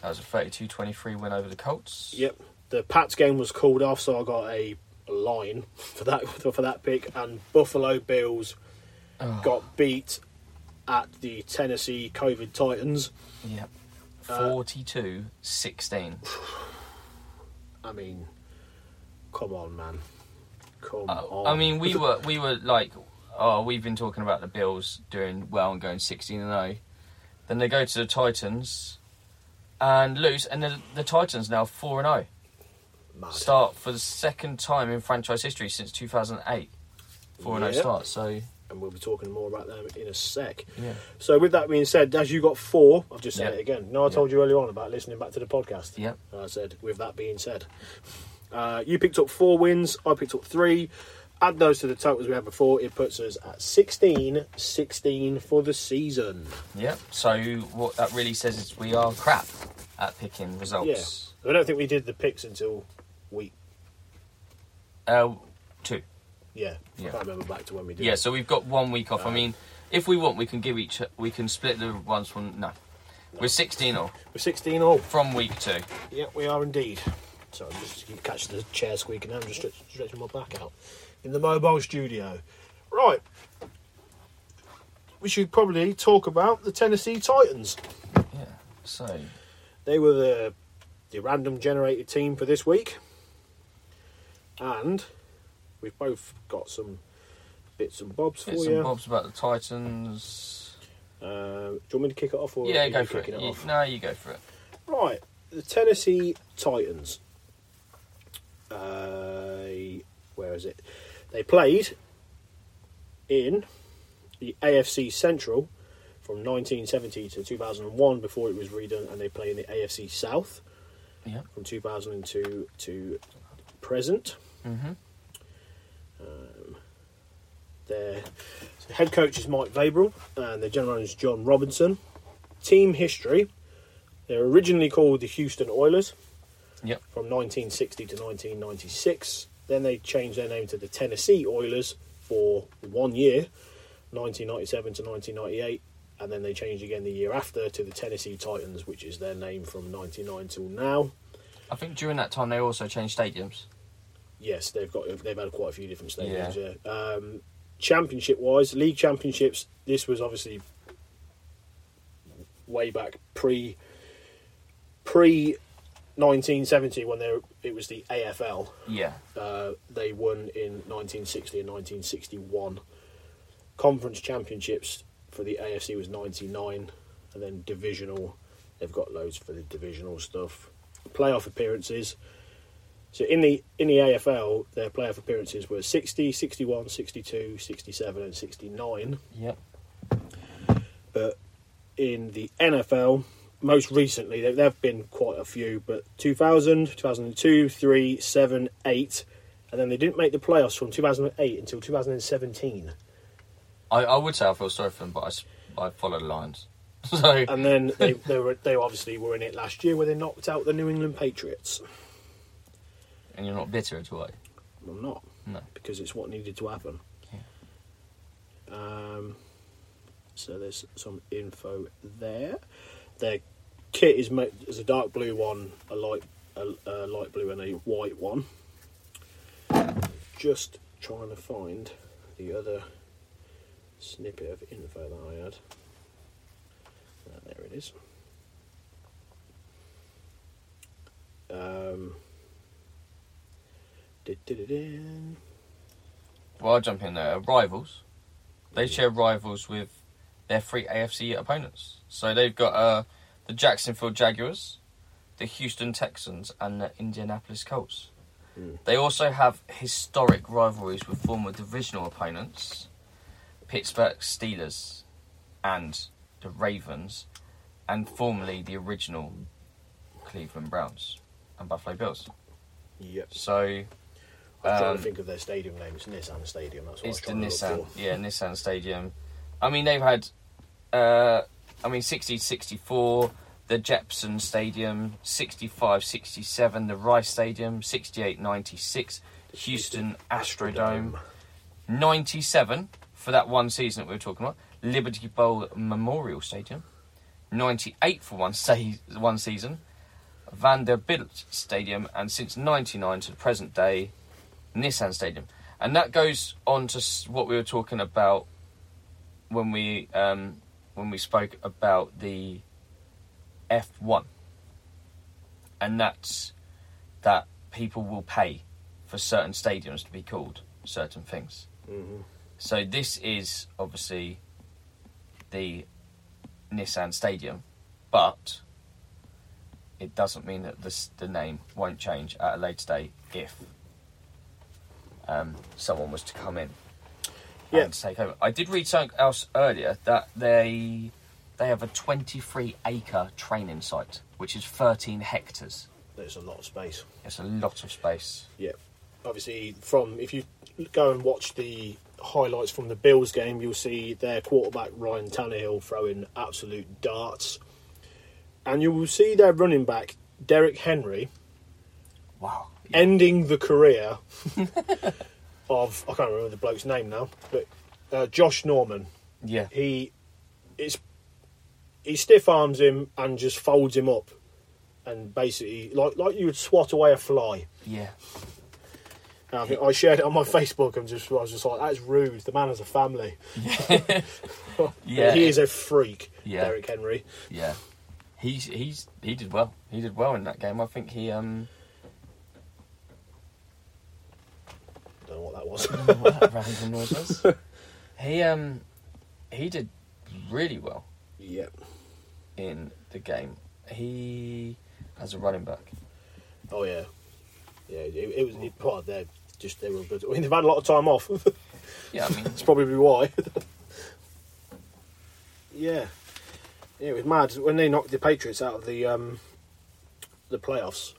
That was a 32 23 win over the Colts. Yep. The Pats game was called off, so I got a line for that for that pick. And Buffalo Bills got beat at the Tennessee COVID Titans. Yep. 42 16. I mean, come on, man. Come Oh, on. I mean, we were we were like, oh, we've been talking about the Bills doing well and going sixteen and zero. Then they go to the Titans and lose, and the, the Titans now four and zero. Mad. Start for the second time in franchise history since two thousand eight. Four and Yeah. zero start. So and we'll be talking more about them in a sec. Yeah. So, with that being said, as you got four, I've just said Yeah. it again. No, I told you earlier on about listening back to the podcast. Yeah. And I said, with that being said, uh, you picked up four wins, I picked up three. Add those to the totals we had before, it puts us at 16 16 for the season. yeah. So what that really says is we are crap at picking results. Yeah. I don't think we did the picks until week. Uh, two. Yeah. I Yeah. can't remember back to when we did Yeah, Uh. it. so we've got one week off. I mean, if we want, we can give each. We can split the ones from. No, we're sixteen all We're 16 all. from week two. Yeah, we are indeed. So I'm just you catch the chair squeaking. I'm just stretch, stretching my back out in the mobile studio. Right, we should probably talk about the Tennessee Titans. Yeah. So They were the the random generated team for this week, and we've both got some bits and bobs for bits you. and bobs about the Titans. Uh, do you want me to kick it off or are yeah, you go for it. kicking You- off? no, you go for it. Right, the Tennessee Titans. Uh, where is it? They played in the AFC Central from 1970 to 2001 before it was redone, and they play in the AFC South Yeah. from 2002 to present. Mhm. Um, their so head coach is Mike Vabrell, and their general manager is John Robinson. Team history: they were originally called the Houston Oilers Yep. from 1960 to 1996. Then they changed their name to the Tennessee Oilers for one year, 1997 to 1998. And then they changed again the year after to the Tennessee Titans, which is their name from 99 till now. I think during that time they also changed stadiums. Yes, they've got they've had quite a few different stadiums. Yeah. Yeah. Um, championship wise, league championships. This was obviously way back pre pre nineteen seventy when there it was the AFL. Yeah. Uh, they won in nineteen sixty and nineteen sixty one. Conference championships for the AFC was ninety nine, and then divisional. They've got loads for the divisional stuff. Playoff appearances. So in the in the AFL, their playoff appearances were 60, 61, 62, 67 and 69. Yep. But in the NFL, most recently, there there have been quite a few, but 2000, 2002, 3, 7, 8. And then they didn't make the playoffs from 2008 until 2017. I, I would say I feel sorry for them, but I s- I, follow the lines. So And then they, they, were, they obviously were in it last year where they knocked out the New England Patriots. and you're not bitter at all. are you? I'm not. No. because it's what needed to happen. Um, so there's some info there. Their kit is made. There's a dark blue one, a light, a, a light blue, and a white one. Just trying to find the other snippet of info that I had. Uh, there it is. Um, du-du-du-dun. Well, I'll jump in there. Rivals. They share rivals with their three AFC opponents. So they've got uh, the Jacksonville Jaguars, the Houston Texans, and the Indianapolis Colts. They also have historic rivalries with former divisional opponents, Pittsburgh Steelers, and the Ravens, and formerly the original Cleveland Browns and Buffalo Bills. Yep. So I was trying Um, to think of their stadium name. It's Nissan Stadium. That's what It's the I was trying to Nissan, look for. yeah, Nissan Stadium. I mean, they've had, uh, I mean, 60 64, the Jepson Stadium, 65 67, the Rice Stadium, 68 96, Houston Astrodome, 97 for that one season that we were talking about, Liberty Bowl Memorial Stadium, 98 for one, se- one season, Vanderbilt Stadium, and since 99 to the present day, Nissan Stadium. And that goes on to s- what we were talking about when we um, when we spoke about the F1, and that's that people will pay for certain stadiums to be called certain things. Mhm. So this is obviously the Nissan Stadium, but it doesn't mean that this, the name won't change at a later date if um, someone was to come in Yeah. and take over. I did read something else earlier that they they have a 23 acre training site, which is 13 hectares. There's a lot of space. It's a lot of space. Yeah. Obviously, from if you go and watch the highlights from the Bills game, you'll see their quarterback Ryan Tannehill throwing absolute darts, and you will see their running back Derek Henry Wow. ending the career of I can't remember the bloke's name now, but uh, Josh Norman. Yeah. He it's he stiff arms him and just folds him up, and basically like like you would swat away a fly. Yeah. And I, think I shared it on my Facebook and just I was just like, that's rude. The man has a family. Yeah. he is a freak, Yeah. Derek Henry. Yeah. He's he's he did well. He did well in that game. I think he um Don't know what that was. I don't know what that random noise was. He um he did really well yep. in the game. He as a running back. Oh yeah. Yeah. It, it was it, well, they're just they were good. I mean, they've had a lot of time off. Yeah, I mean That's probably why. yeah. yeah. It was mad when they knocked the Patriots out of the um, the playoffs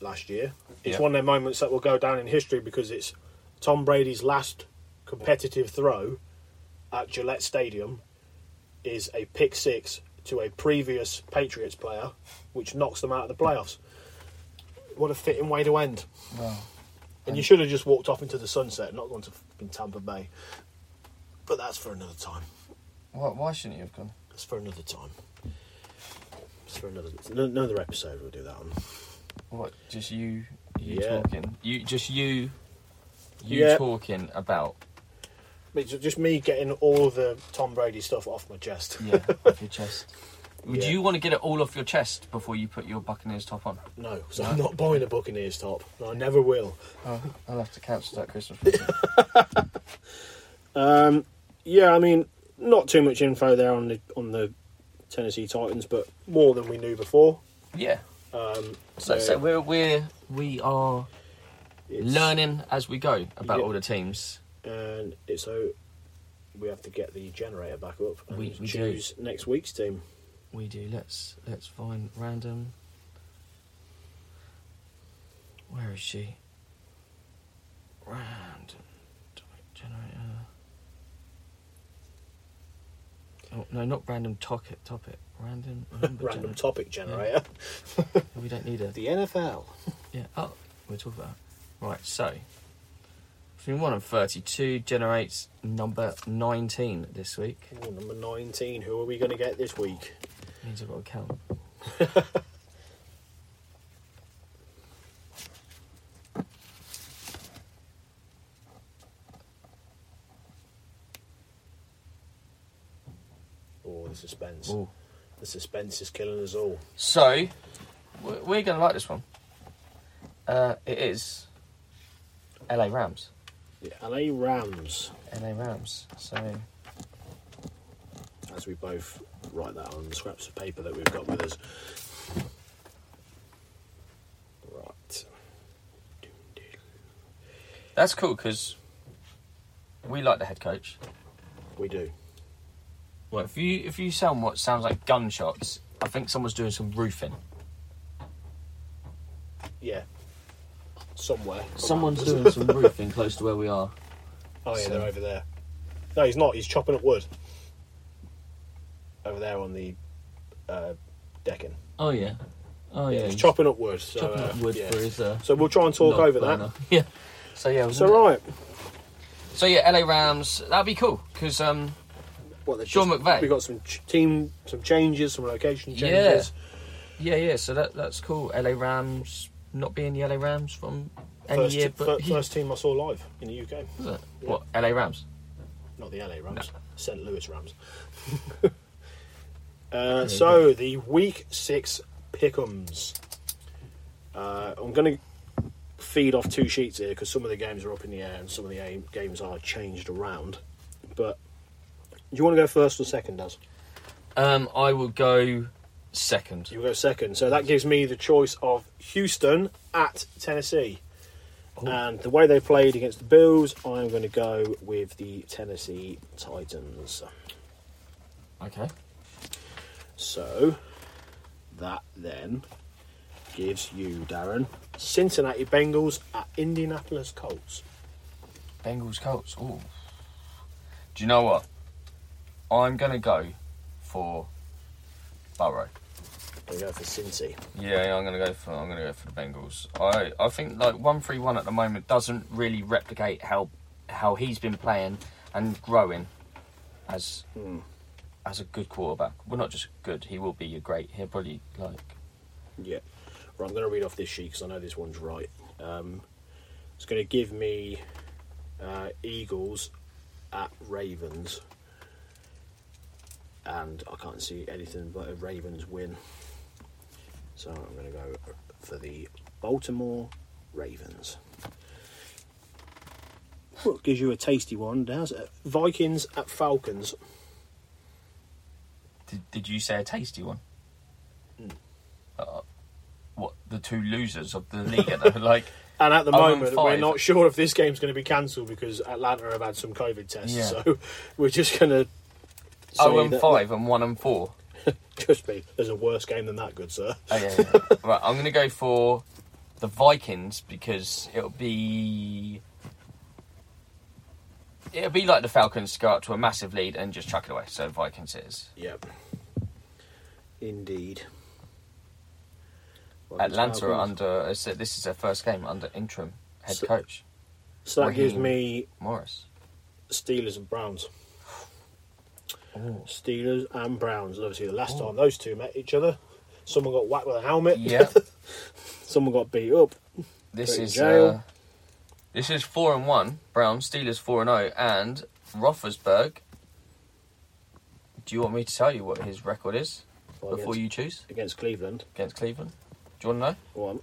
last year. It's Yeah. one of their moments that will go down in history because it's Tom Brady's last competitive throw at Gillette Stadium is a pick six to a previous Patriots player, which knocks them out of the playoffs. What a fitting way to end. well And you should have just walked off into the sunset, not gone to fucking Tampa Bay. But that's for another time. why, why shouldn't he have gone? That's for another time. It's for another it's an- another episode. We'll do that on. What just you you Yeah. talking. You just you you Yeah. talking about But it's just me getting all the Tom Brady stuff off my chest. yeah, off your chest. Would Yeah. you want to get it all off your chest before you put your Buccaneers top on? No, so I'm not buying a Buccaneers top. No, I never will. Oh, I'll have to cancel that Christmas. present. Um, yeah, I mean, not too much info there on the on the Tennessee Titans, but more than we knew before. yeah. Um, So, so we're we're we are it's- learning as we go about Yeah. all the teams. and it's so we have to get the generator back up and We- we do. choose next week's team. We do. Let's let's find random. Where is she? Random topic generator. Oh no, not random topic. Topic. Random. number Random gener- topic generator. We don't need a. The NFL. Yeah. Oh, we're talking about. Right. So. Between one and thirty-two generates number nineteen this week. Ooh, number 19. Who are we going to get this week? Means I've got to count. Oh, the suspense. Ooh. The suspense is killing us all. So, we're, we're going to like this one. Uh, it is LA Rams. The LA Rams. LA Rams. So, As we both write that on the scraps of paper that we've got with us. Right. that's cool because we like the head coach. We do. Well, if you if you sound what sounds like gunshots, I think someone's doing some roofing. Yeah. Somewhere. Someone's doing some roofing close to where we are. Oh yeah, So- they're over there. No, he's not. He's chopping up wood. Over there on the uh, decking. Oh yeah. Oh yeah. he's he's chopping up wood. So, chopping up uh, wood yeah. for his. Uh, So we'll try and talk log over that. burner. yeah. So yeah. So wasn't it? right, So yeah, LA Rams. That'd be cool because um what, they've Sean just- McVay. We got some ch- team, some changes, some location Yeah. changes. Yeah, yeah. So that that's cool. LA Rams not being the LA Rams from any First, year, but fir- first team I saw live in the UK. Was it? what LA Rams? not the LA Rams, St. Louis Rams. uh, so the week six pickums. Uh, I'm going to feed off two sheets here because some of the games are up in the air and some of the aim- games are changed around. But do you want to go first or second, Daz? Um, I will go second. You go second. So that gives me the choice of Houston at Tennessee. And the way they played against the Bills, I'm going to go with the Tennessee Titans. Okay. So that then gives you, Darren, Cincinnati Bengals at Indianapolis Colts. Bengals Colts. Ooh. Do you know what? I'm gonna go for Burrow. There you go for Cincy. Yeah, yeah, I'm gonna go for I'm gonna go for the Bengals. I I think like one three one at the moment doesn't really replicate how how he's been playing and growing as as a good quarterback. Well, not just good. He will be a great. He'll probably like Yeah. Right, I'm going to read off this sheet because I know this one's right. Um, it's going to give me uh, Eagles at Ravens. And I can't see anything but a Ravens win. So I'm going to go for the Baltimore Ravens. Well, gives you a tasty one, does it? Vikings at Falcons. Did, did you say a tasty one? Uh, what the two losers of the league are they? like? And at the Oh, and moment, five. we're not sure if this game's going to be cancelled because Atlanta have had some COVID tests. Yeah. So we're just going to. oh and five and one and four. Trust me, there's a worse game than that, good sir. Oh, yeah, yeah, yeah. right, I'm going to go for the Vikings because it'll be it'll be like the Falcons to go out to a massive lead and just chuck it away. So Vikings it is. Yep. Indeed. Atlanta are Falcons. under. it's their- This is their first game under interim head So- coach So that gives Raheem. me Morris. Steelers and Browns. Ooh. Steelers and Browns. Obviously, the last time those two met each other, someone got whacked with a helmet. Yeah. someone got beat up. This Put in is jail. uh, this is four and one. Brown Steelers four and zero, and Roethlisberger. Do you want me to tell you what his record is Well, before against, you choose against Cleveland. against Cleveland? Do you want to know? One.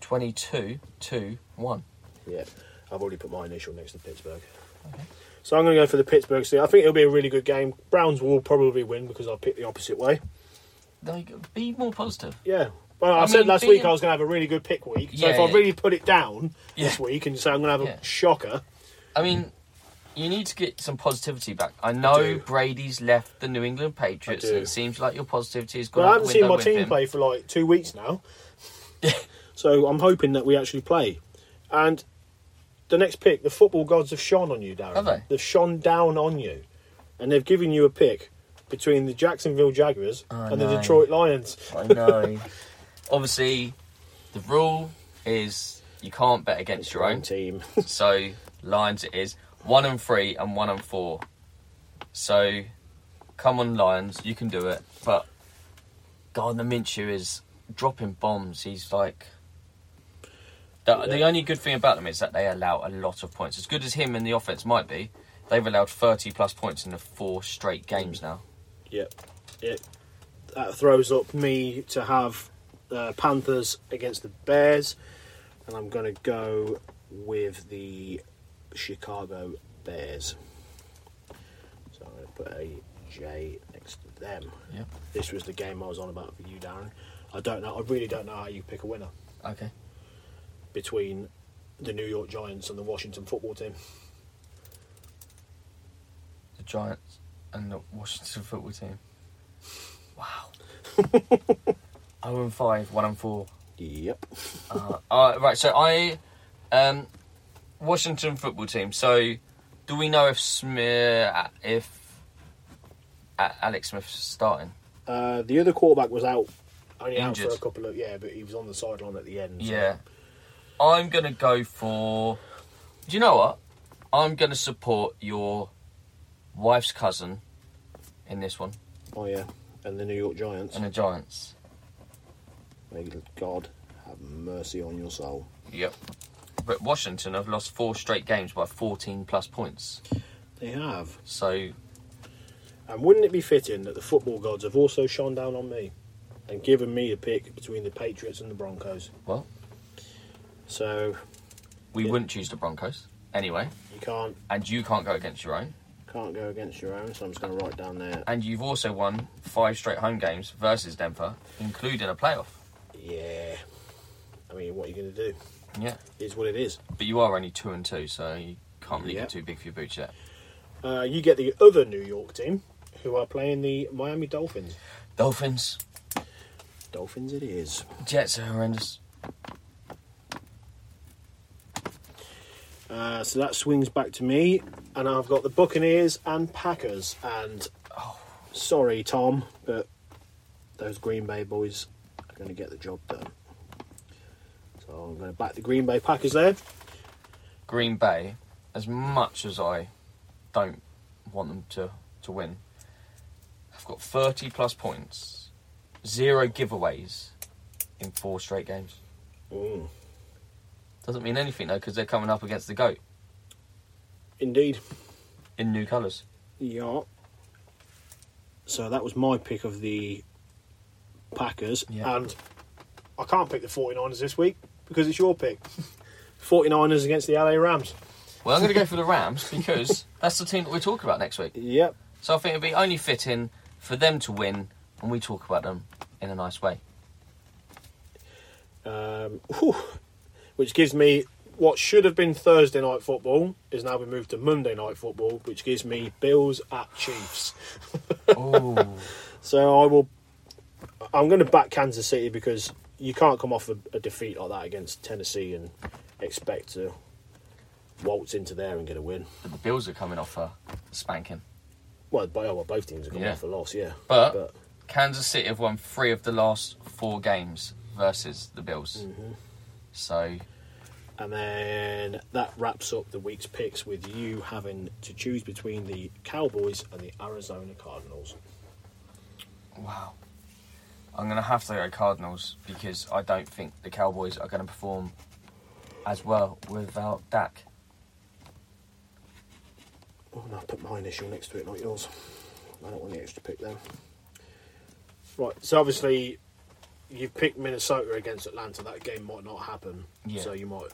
22 2 1. Yeah, I've already put my initial next to Pittsburgh. So I'm going to go for the Pittsburgh Steelers. I think it'll be a really good game. Browns will probably win because I'll pick the opposite way. Like, be more positive. Yeah. Well, I, I said mean, last being- week I was going to have a really good pick week. So Yeah, if I yeah. really put it down this Yeah. week and say I'm going to have a Yeah. shocker, I mean, you need to get some positivity back. I know do. Brady's left the New England Patriots, I do. and it seems like your positivity has gone but I out the haven't window seen my with team him. play for like two weeks now. so I'm hoping that we actually play. And the next pick, the football gods have shone on you, Darren. Have they? have shone down on you. And they've given you a pick between the Jacksonville Jaguars Oh, and the no. Detroit Lions. I know. Obviously, the rule is you can't bet against your own team. team. So, Lions it is. 1 and 3 and 1 and 4. So, come on, Lions, you can do it. But Gardner Minshew is dropping bombs. He's like. The, the Yeah. only good thing about them is that they allow a lot of points. As good as him and the offense might be, they've allowed 30 plus points in the four straight games now. Yep. It that throws up me to have uh, Panthers against the Bears, and I'm going to go with the Chicago Bears. So I'm going to put a J next to them. Yeah. This was the game I was on about for you, Darren. I don't know. I really don't know how you pick a winner Okay. between the New York Giants and the Washington Football Team. The Giants and the Washington football team. Wow. 0 and 5, 1 and 4. Yep. Uh, uh, right, so I, um, Washington football team. So, do we know if Smith, if A- Alex Smith's starting? Uh, the other quarterback was out, only out for a Injured. couple of yeah, but he was on the sideline at the end. so- Yeah, I'm gonna go for. Do you know what? I'm gonna support your wife's cousin in this one Oh yeah, and the New York Giants. and the Giants. May God have mercy on your soul. Yep. But Washington have lost four straight games by 14 plus points. They have. So And wouldn't it be fitting that the football gods have also shone down on me and given me a pick between the Patriots and the Broncos? well, So we Yeah. wouldn't choose the Broncos anyway, you can't and you can't go against your own. can't go against your own. So I'm just going to write down there. And you've also won five straight home games versus Denver, including a playoff. Yeah. I mean, what are you going to do? Yeah, It Is what it is. but you are only two and two, so you can't really Yep. get too big for your boots yet. Uh, you get the other New York team who are playing the Miami Dolphins. Dolphins, Dolphins it is. Jets are horrendous. Uh, so that swings back to me, and I've got the Buccaneers and Packers. And oh, sorry, Tom, but those Green Bay boys are going to get the job done. So I'm going to back the Green Bay Packers there. Green Bay, as much as I don't want them to, to win, have got 30 plus points, zero giveaways in four straight games. Mm. Doesn't mean anything though, because they're coming up against the GOAT Indeed. in new colours. Yeah. So that was my pick of the Packers. Yeah. And I can't pick the 49ers this week because it's your pick. 49ers against the LA Rams. Well, I'm going to go for the Rams because that's the team that we're talking about next week. Yep. So I think it'd be only fitting for them to win, and we talk about them in a nice way. Um, whew, which gives me what should have been Thursday night football is now been moved to Monday night football, which gives me Bills at Chiefs. Oh, So I will. I'm going to back Kansas City because you can't come off a, a defeat like that against Tennessee and expect to waltz into there and get a win. but the Bills are coming off a spanking. Well, by, well both teams are coming Yeah. off a loss, yeah. But, Kansas City have won three of the last four games versus the Bills. So and then that wraps up the week's picks with you having to choose between the Cowboys and the Arizona Cardinals. wow, I'm going to have to go Cardinals because I don't think the Cowboys are going to perform as well without Dak. Oh, no, I put my initial next to it, not yours. I don't want the extra pick there. Right, so obviously you've picked Minnesota against Atlanta. That game might not happen, Yeah. so you might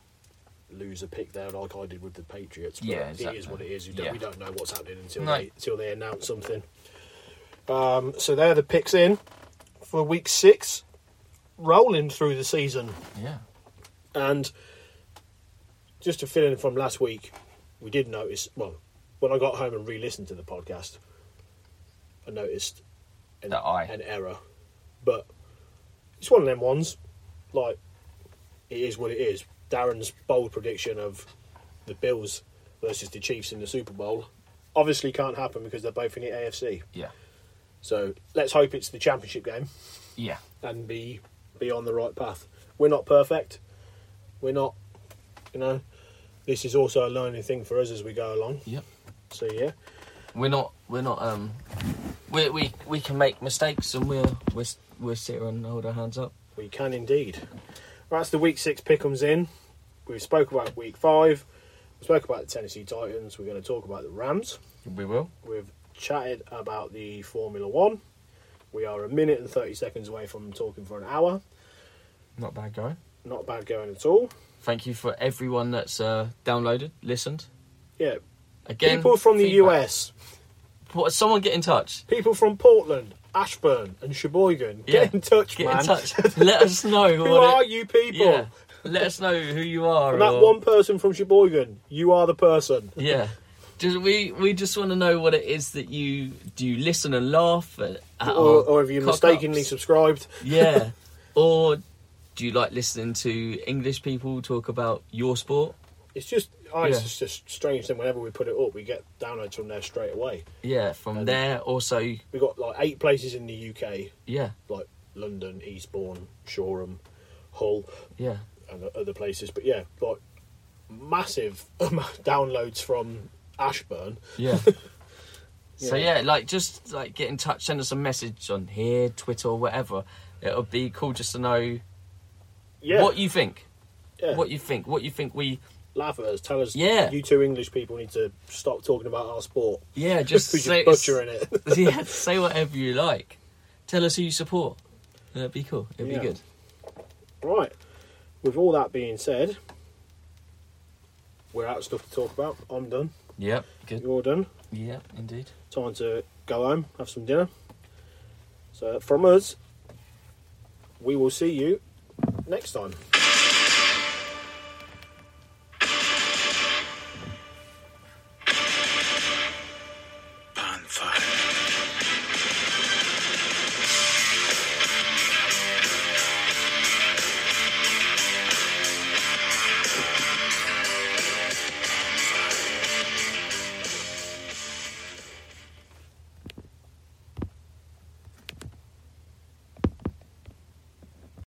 lose a pick there, like I did with the Patriots. But Yeah, it is exactly. what it is. You don't, Yeah. We don't know what's happening until No. they until they announce something. Um, so they're the picks in for week six, rolling through the season. Yeah, And just to fill in from last week, we did notice. Well, when I got home and re-listened to the podcast, I noticed an, That I- an error. But it's one of them ones. Like it is what it is. Darren's bold prediction of the Bills versus the Chiefs in the Super Bowl obviously can't happen because they're both in the AFC. yeah, So let's hope it's the championship game yeah. and be be on the right path. We're not perfect. We're not, you know. This is also a learning thing for us as we go along. Yep. So yeah, We're not. We're not. Um, we we we can make mistakes, and we're we're we're sit here and hold our hands up. we can indeed. Right, that's the week six pickums in. We spoke about week five. We spoke about the Tennessee Titans. We're going to talk about the Rams. We will. We've chatted about the Formula One. We are a minute and thirty seconds away from talking for an hour. Not bad guy. Not bad going at all. Thank you for everyone that's uh, downloaded, listened. Yeah, Again, people from the feedback. US. What- Someone get in touch. People from Portland, Ashburn, and Sheboygan, Yeah, get in touch, Get man. in touch. Let us know. Who what it- are you people? Yeah. Let us know who you are. And that or- one person from Sheboygan, you are the person. Yeah. Just, we we just want to know what it is that you do. You listen and laugh, at, at Or, our or have you Oh, cock-ups? mistakenly subscribed? Yeah. or do you like listening to English people talk about your sport? It's just, oh, it's Yeah. just a strange thing. Whenever we put it up, we get downloads from there straight away. Yeah, from there also We got like eight places in the UK, yeah, like London, Eastbourne, Shoreham, Hull, yeah. and other places. But yeah, like massive downloads from Ashburn. Yeah. so Yeah. yeah, like just like get in touch, send us a message on here, Twitter or whatever. It would be cool just to know Yeah, what you think. yeah. What you think. What you think we laugh at us, tell us, Yeah. you two English people need to stop talking about our sport. Yeah, just Because say, you're butchering it. yeah, say whatever you like. Tell us who you support. That'd be cool. It'd Yeah. be good. Right. With all that being said, we're out of stuff to talk about. I'm done. Yep. Good. You're done. Yeah, indeed. Time to go home, have some dinner. So, from us, we will see you next time.